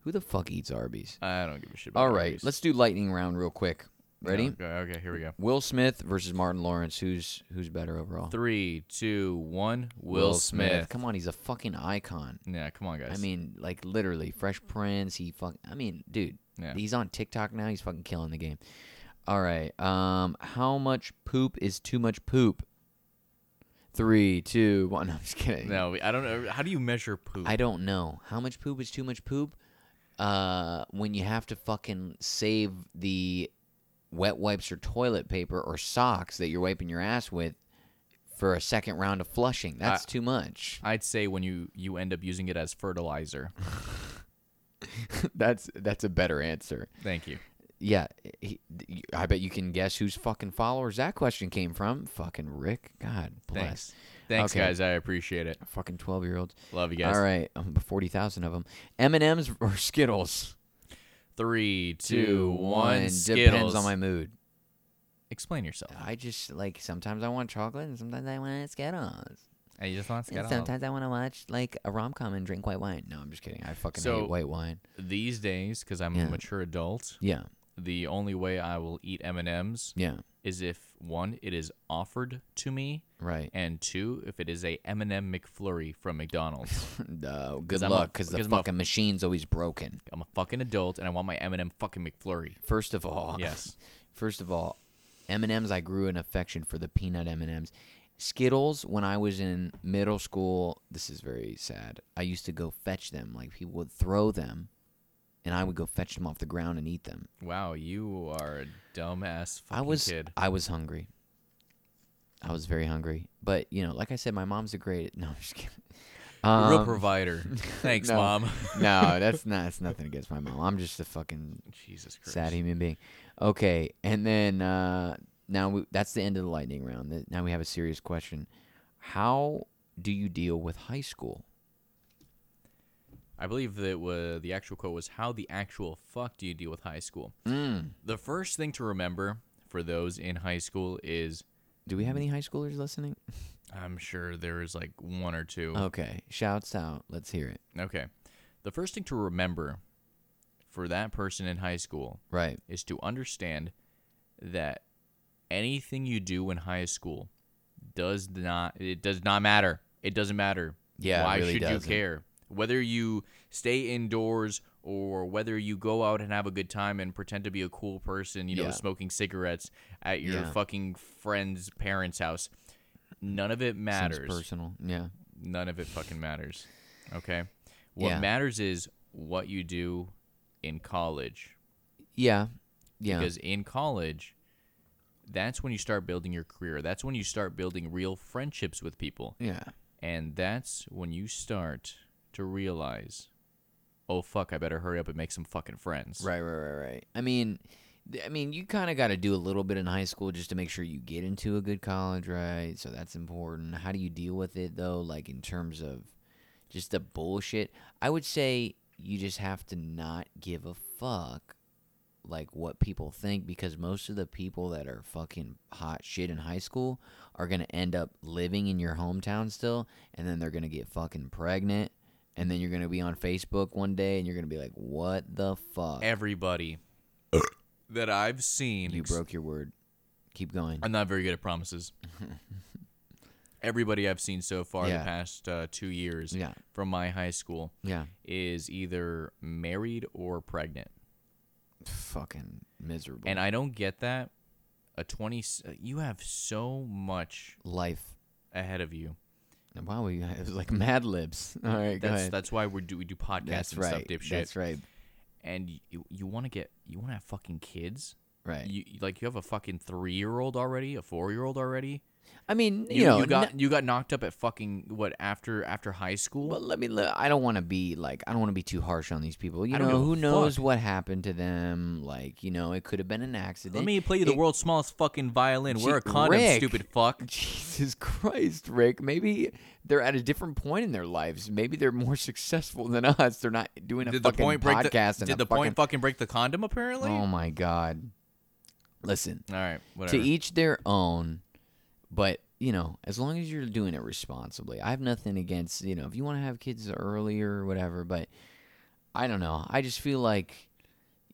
Who the fuck eats Arby's? I don't give a shit. About All right. Arby's. Let's do lightning round real quick. Ready? Okay, okay, here we go. Will Smith versus Martin Lawrence. Who's who's better overall? Three, two, one. Will, Smith. Come on, he's a fucking icon. Yeah, come on, guys. I mean, like literally, Fresh Prince. He fuck. I mean, dude, Yeah. he's on TikTok now. He's fucking killing the game. All right. Um, how much poop is too much poop? Three, two, one. I'm just kidding. no, I don't know. How do you measure poop? I don't know. How much poop is too much poop? uh, when you have to fucking save the wet wipes or toilet paper or socks that you're wiping your ass with for a second round of flushing. That's too much. I'd say when you you end up using it as fertilizer. that's that's a better answer. Thank you. Yeah, he, you- I bet you can guess whose fucking followers that question came from. Fucking Rick. God bless. Thanks. Thanks, Okay. guys. I appreciate it. Fucking twelve year olds. Love you guys. All right, um, forty thousand of them. M and M's or Skittles. Three, two, one. Depends Skittles. on my mood. Explain yourself. I just like sometimes I want chocolate and sometimes I want Skittles. I just want And sometimes I want to watch like a rom com and drink white wine. No, I'm just kidding. I fucking So- hate white wine. These days, because I'm Yeah. a mature adult, Yeah, the only way I will eat M and M's yeah, is if one, it is offered to me, right. and two, if it is a M and m McFlurry from McDonald's. No, good 'Cause I'm a- luck, because the because I'm a- fucking machine's always broken. I'm a fucking adult, and I want my M and m fucking McFlurry. First of all, Yes. First of all, M and M's. I grew an affection for the peanut M and M's. Skittles. When I was in middle school, this is very sad. I used to go fetch them. Like people would throw them, and I would go fetch them off the ground and eat them. Wow, you are a dumbass fucking I was kid. I was hungry. I was very hungry, but you know, like I said, my mom's a great. No, I'm just kidding. A Real Um, provider. Thanks, no. mom. no, that's not. That's nothing against my mom. I'm just a fucking Jesus Christ. sad human being. Okay, and then uh, now we, that's the end of the lightning round. Th- Now we have a serious question: How do you deal with high school? I believe that wa the actual quote was how the actual fuck do you deal with high school? The first thing to remember for those in high school is Do we have any high schoolers listening? I'm sure there is like one or two. Okay, shouts out. Let's hear it. okay. The first thing to remember for that person in high school Right. is to understand that anything you do in high school does not it does not matter. It doesn't matter. Yeah, it Why really should doesn't. you care? Whether you stay indoors or whether you go out and have a good time and pretend to be a cool person, you know, Yeah. smoking cigarettes at your Yeah. fucking friend's parents' house. None of it Sounds matters personal. Yeah. none of it fucking matters. Okay? What Yeah. matters is what you do in college. Yeah. Yeah. Because in college, that's when you start building your career. That's when you start building real friendships with people. yeah. And that's when you start to realize, oh fuck, I better hurry up and make some fucking friends. Right, right, right, right. I mean, th- I mean, you kind of got to do a little bit in high school just to make sure you get into a good college, right? So that's important. How do you deal with it though? Like in terms of just the bullshit. I would say you just have to not give a fuck like what people think because most of the people that are fucking hot shit in high school are going to end up living in your hometown still and then they're going to get fucking pregnant and then you're going to be on Facebook one day and you're going to be like what the fuck Everybody that I've seen you ex- broke your word. Keep going. I'm not very good at promises. Everybody I've seen so far Yeah. the past uh, two years Yeah. from my high school Yeah. is either married or pregnant, Fucking miserable. and I don't get that. A twenty, s- you have so much Life. ahead of you. Wow, we it was like Mad Libs. All right, go That's ahead. that's why we do we do podcasts That's and stuff, right. dipshit. That's right. And you you want to get you want to have fucking kids. Right. You you- like you have a fucking three year old already, a four year old already. I mean, you, know, you got n- you got knocked up at fucking what after after high school. but let me. Let, I don't want to be like. I don't want to be too harsh on these people. You I don't know, give a who knows fuck. what happened to them? Like, you know, it could have been an accident. Let me play you the It- world's smallest fucking violin. Gee, Wear a condom, Rick. stupid fuck. Jesus Christ, Rick. Maybe they're at a different point in their lives. Maybe they're more successful than us. They're not doing a Did the fucking point break the, podcast. and Did a the fucking, point fucking break the condom? Apparently. Oh my God. Listen, All right, whatever. to each their own, but you know, as long as you're doing it responsibly, I have nothing against you know if you want to have kids early or whatever. But I don't know. I just feel like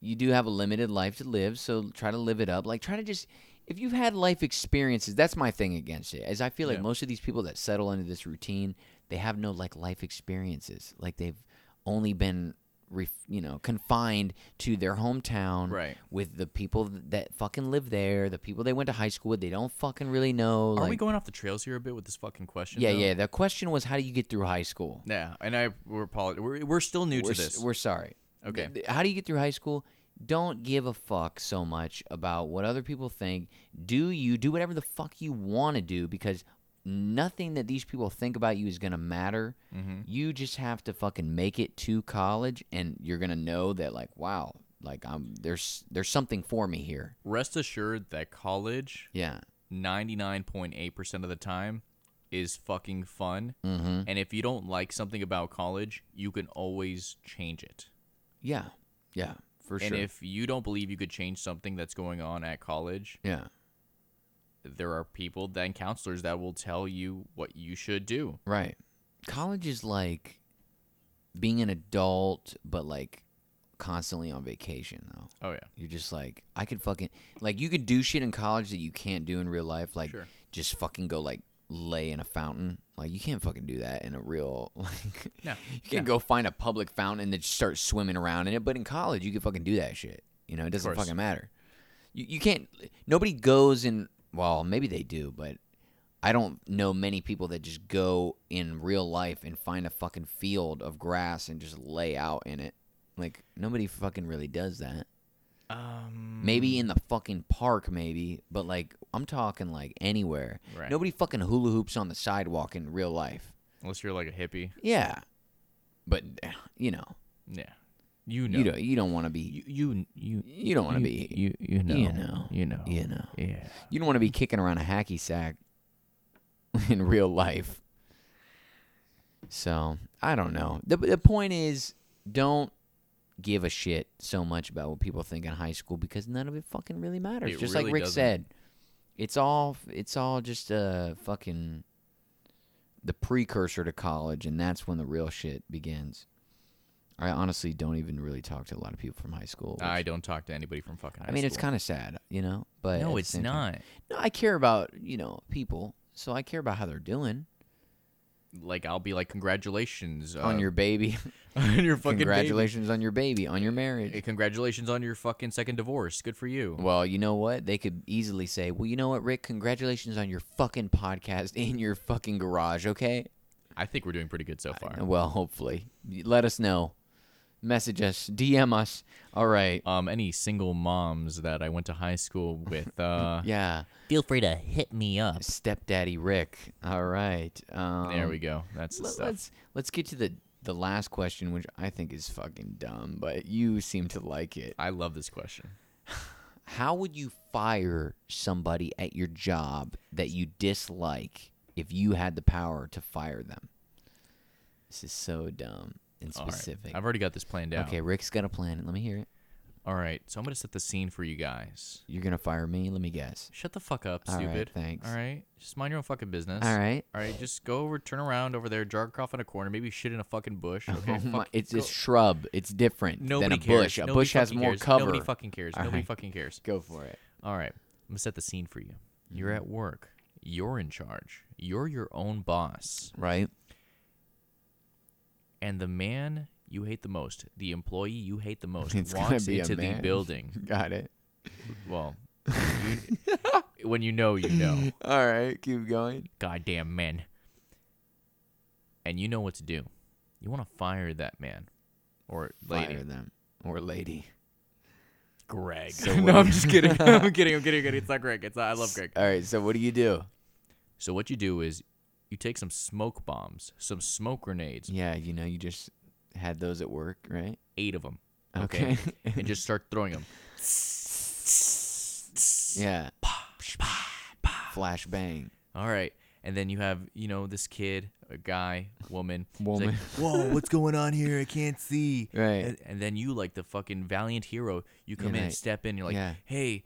you do have a limited life to live, so try to live it up. Like try to just if you've had life experiences, that's my thing against it. Is I feel like Yeah. most of these people that settle into this routine, they have no like life experiences. Like they've only been ref, you know confined to their hometown Right. with the people th- that fucking live there, the people they went to high school with, they don't fucking really know. Are like, we going off the trails here a bit with this fucking question? yeah, though? yeah. The question was, how do you get through high school? Yeah, and I we're apolog- we're, we're still new We're, to s- this. we're sorry. Okay. th- How do you get through high school? Don't give a fuck so much about what other people think. Do you do whatever the fuck you want to do because nothing that these people think about you is going to matter. Mm-hmm. You just have to fucking make it to college and you're going to know that like wow, like I'm there's there's something for me here. Rest assured that college, Yeah. 99.8% of the time, is fucking fun. Mhm. And if you don't like something about college, you can always change it. Yeah. Yeah, for and sure. if you don't believe you could change something that's going on at college, yeah. there are people then counselors that will tell you what you should do. Right. College is like being an adult, but like constantly on vacation, though. Oh yeah. You're just like, I could fucking, like, you could do shit in college that you can't do in real life. Like, Sure. just fucking go, like, lay in a fountain. Like, you can't fucking do that in a real, like, No, you can go find a public fountain and then just start swimming around in it. But in college, you can fucking do that shit. You know, it doesn't course. fucking matter. You, you can't, nobody goes in, well, maybe they do, but I don't know many people that just go in real life and find a fucking field of grass and just lay out in it. Like nobody fucking really does that. Um Maybe in the fucking park, maybe, but like I'm talking like anywhere. Right. Nobody fucking hula hoops on the sidewalk in real life. unless you're like a hippie. Yeah, but eh, you know, Yeah. You know. you don't you don't want to be you you you, you don't want to you- be you you know. you know You know. you know Yeah. you don't want to be kicking around a hacky sack in real life. So I don't know. the The point is, don't give a shit so much about what people think in high school because none of it fucking really matters. It just really like Rick doesn't. said, it's all it's all just uh fucking the precursor to college, and that's when the real shit begins. I honestly don't even really talk to a lot of people from high school. which- I don't talk to anybody from fucking high I mean, it's school. kind of sad, you know. But at No, the it's same time- not. no, I care about you know people, so I care about how they're doing Like I'll be like congratulations uh, on your baby. on your fucking baby. Congratulations on your baby, on your Hey, marriage. Congratulations on your fucking second divorce. Good for you. Well, you know what? They could easily say, "Well, you know what, Rick? Congratulations on your fucking podcast in your fucking garage." Okay. I think we're doing pretty good so far. Well, hopefully, let us know. Message us, DM us. All right. Um, any single moms that I went to high school with, uh, Yeah, feel free to hit me up. stepdaddy Rick. All right. Um, there we go. That's the Let, stuff. us let's get to the the last question, which I think is fucking dumb, but you seem to like it. I love this question. How would you fire somebody at your job that you dislike if you had the power to fire them? This is so dumb and All right. specific. I've already got this planned out. Okay, Rick's got a plan. Let me hear it. All right. So I'm gonna set the scene for you guys. You're gonna fire me. Let me guess. Shut the fuck up, All right, stupid. thanks. All right. Just mind your own fucking business. All right. All right. Just go over, turn around over there, jerk off in a corner, maybe shit in a fucking bush. Okay. Oh my- fuck, it's go- a shrub. It's different Nobody than a cares. bush. A Nobody bush has fucking more cares. cover. Nobody fucking cares. All Nobody right. fucking cares. Go for it. All right, I'm gonna set the scene for you. Mm-hmm. You're at work. You're in charge. You're your own boss. Right. And the man you hate the most, the employee you hate the most, It's gonna walks be a into the man. building. Got it. Well, you, when you know, you know. All right. Keep going. Goddamn men. And you know what to do. You want to fire that man or lady. Fire them or lady. Greg. So what no, I'm do just kidding. I'm kidding. I'm kidding. I'm kidding. It's not Greg. It's not, I love Greg. All right. So what do you do? So what you do is you take some smoke bombs, some smoke grenades, Yeah, you know, you just had those at work, right? eight of them. Okay. and just start throwing them. Yeah. Flash bang. All right. And then you have, you know, this kid, a guy, woman. He's like, Woman. Whoa, what's going on here? I can't see. Right. And, and then you, like the fucking valiant hero, you come in, right. step in, you're like, Yeah. hey,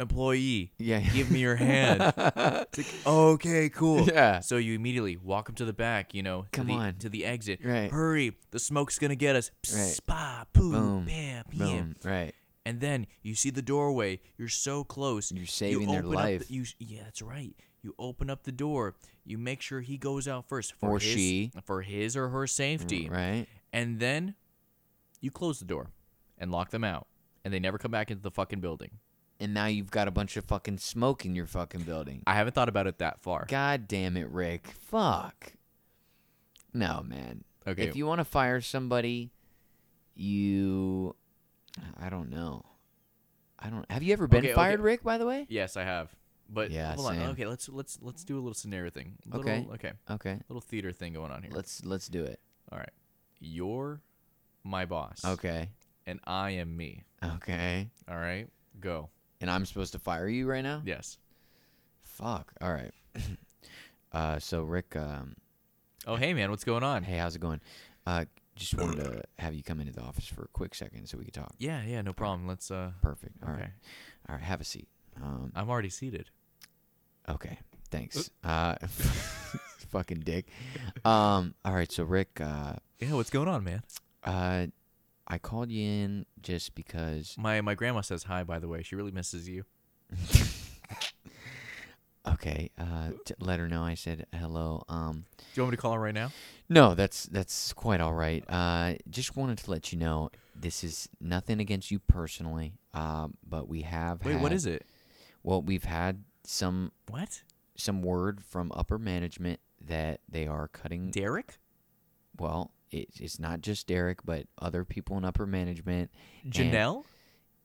employee, Yeah. give me your hand. It's like, okay, cool. Yeah. So you immediately walk him to the back, you know, Come to, the, on. to the exit. Right. Hurry, the smoke's going to get us. Psst, Right. bah, poo, Boom. bam, bam. Boom. Right. and then you see the doorway. You're so close. You're You saving their open up the- life. you, yeah, that's right. You open up the door. You make sure he goes out first for Or his, she. Mm, for his or her safety. Right. And then you close the door and lock them out, and they never come back into the fucking building. And now you've got a bunch of fucking smoke in your fucking building. I haven't thought about it that far. God damn it, Rick. Fuck. No, man. Okay. If you want to fire somebody, you I don't know. I don't Have you ever been Okay, okay. fired, Rick, by the way? Yes, I have. But Yeah, hold same. on. Okay, let's let's let's do a little scenario thing. Little, Okay. Okay. Okay. Little theater thing going on here. Let's let's do it. All right. You're my boss. Okay. And I am me. Okay. All right. Go. And I'm supposed to fire you right now? Yes. Fuck. All right. uh so Rick um Oh, hey man, what's going on? hey, how's it going? Uh just wanted to have you come into the office for a quick second so we could talk. Yeah, yeah, no problem. Let's uh Perfect. All right. Okay. All right, have a seat. Um I'm already seated. Okay. Thanks. Uh, fucking dick. Um, all right. So Rick, uh, Yeah, what's going on, man? uh, I called you in just because. My my grandma says hi by the way. She really misses you. Okay. Uh, to let her know I said hello. Um, Do you want me to call her right now? no, that's that's quite all right. Uh, just wanted to let you know this is nothing against you personally. Um, but we have. Wait, had- what is it? Well, we've had some What? some word from upper management that they are cutting Derek? well, it, it's not just Derek, but other people in upper management. and Janelle?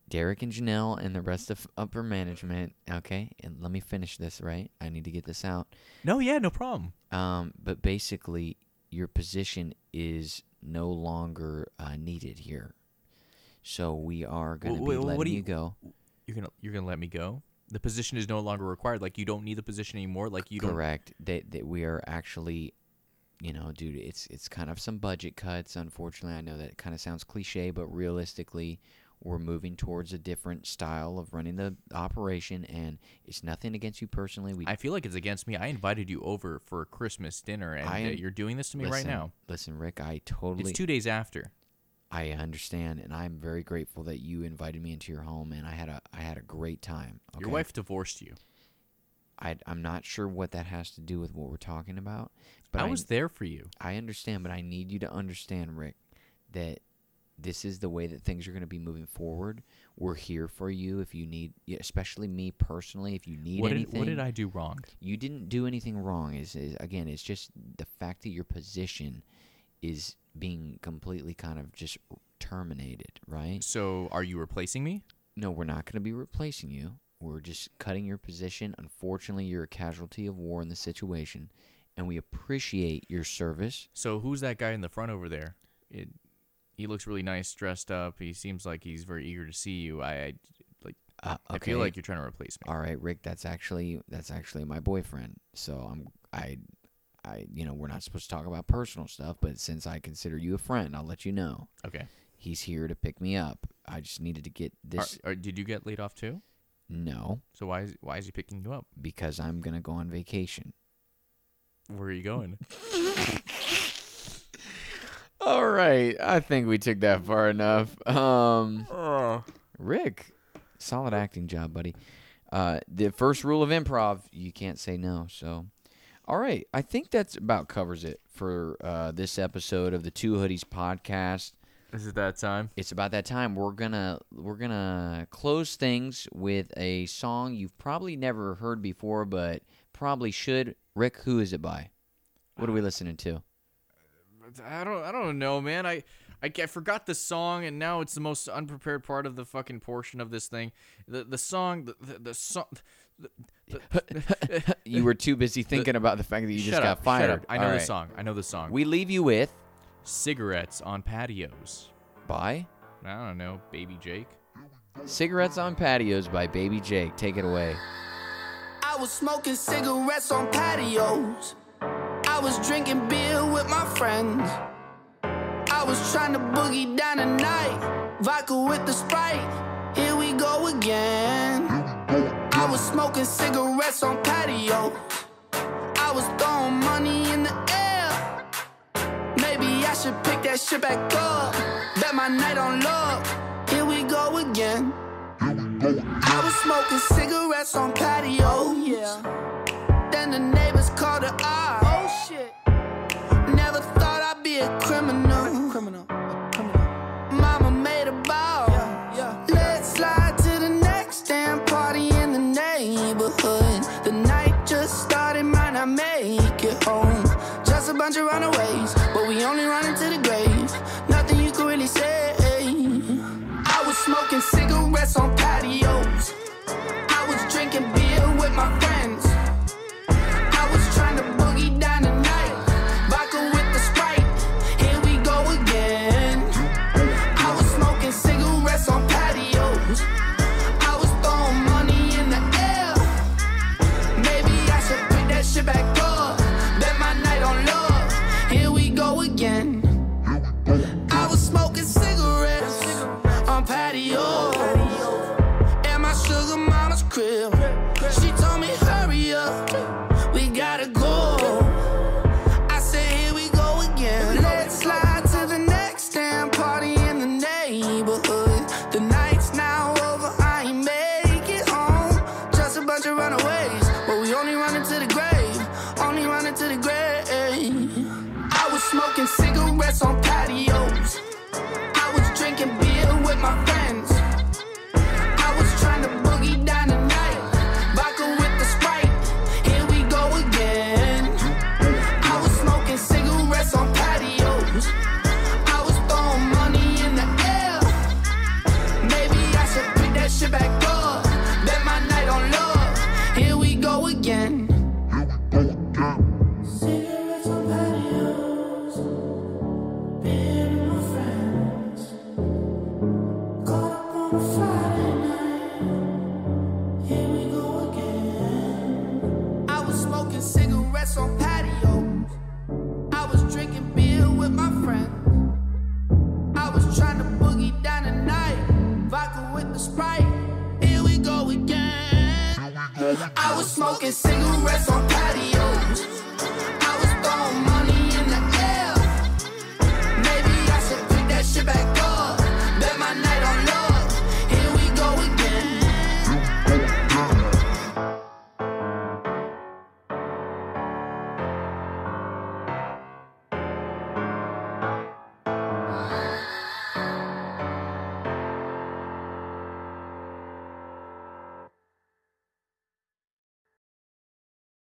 Derek and Janelle and the rest of upper management. Okay, and let me finish this, right? I need to get this out. No, yeah, no problem. Um, but basically, your position is no longer uh, needed here. So we are going to Wh- be wh- what letting do you, you- go. You're going to you're going to let me go? The position is no longer required. Like you don't need the position anymore. Like you don't Correct. That that we are actually, you know, dude, it's it's kind of some budget cuts. Unfortunately, I know that kind of sounds cliche, but realistically, we're moving towards a different style of running the operation, and it's nothing against you personally. We I feel like it's against me. I invited you over for Christmas dinner, and I uh, am- you're doing this to me right listen- now. Listen, Rick, I totally, It's two days after. I understand, and I'm very grateful that you invited me into your home, and I had a I had a great time. Your okay? wife divorced you. I, I'm not sure what that has to do with what we're talking about, but I was there for you. I understand, but I need you to understand, Rick, that this is the way that things are going to be moving forward. We're here for you if you need, yeah, especially me personally, if you need What did, anything. what did I do wrong? You didn't do anything wrong. Is, is again, it's just the fact that your position is being completely kind of just terminated, right? So, are you replacing me? No, we're not going to be replacing you. We're just cutting your position. Unfortunately, you're a casualty of war in the situation, and we appreciate your service. So, who's that guy in the front over there? It, he looks really nice, dressed up. He seems like he's very eager to see you. I, I like. Uh, okay. I feel like you're trying to replace me. all right rick that's actually that's actually my boyfriend so i'm i i you know we're not supposed to talk about personal stuff but since i consider you a friend i'll let you know Okay. he's here to pick me up i just needed to get Are, this are, did you get laid off too? no So why is why is he picking you up? because i'm gonna go on vacation Where are you going? all right i think we took that far enough um rick solid acting job buddy uh the first rule of improv you can't say no so All right. I think that's about covers it for uh, this episode of the Two Hoodies podcast. Is it that time? It's about that time. We're gonna we're gonna close things with a song you've probably never heard before, but probably should. Rick, who is it by? What Uh, are we listening to? I don't I don't know, man. I, I I forgot the song and now it's the most unprepared part of the fucking portion of this thing. The the song the the, the song the, the, You were too busy thinking about the fact that you just Shut got up, shut fired. up. I know All the right. song. I know the song. We leave you with Cigarettes on patios. by I don't know, baby Jake. Cigarettes on Patios by Baby Jake. Take it away. I was smoking cigarettes on patios. I was drinking beer with my friends. I was trying to boogie down the night. Vodka with the sprite. Here we go again. I was smoking cigarettes on patios. I was throwing money in the air. Maybe I should pick that shit back up. Bet my night on love. Here we go again. I was smoking cigarettes on patios. Yeah. Then the neighbors called the eye. Oh shit. Never thought I'd be a criminal. criminal. Mama made a ball. Let's slide to the next damn party in the neighborhood. The night just started, might not make it home. Just a bunch of runaways, but we only run into the grave. Nothing you can really say. cigarettes on patios. I was drinking beer with my friends. I was trying to boogie down the night. Vodka with the Sprite. Here we go again. I was smoking cigarettes on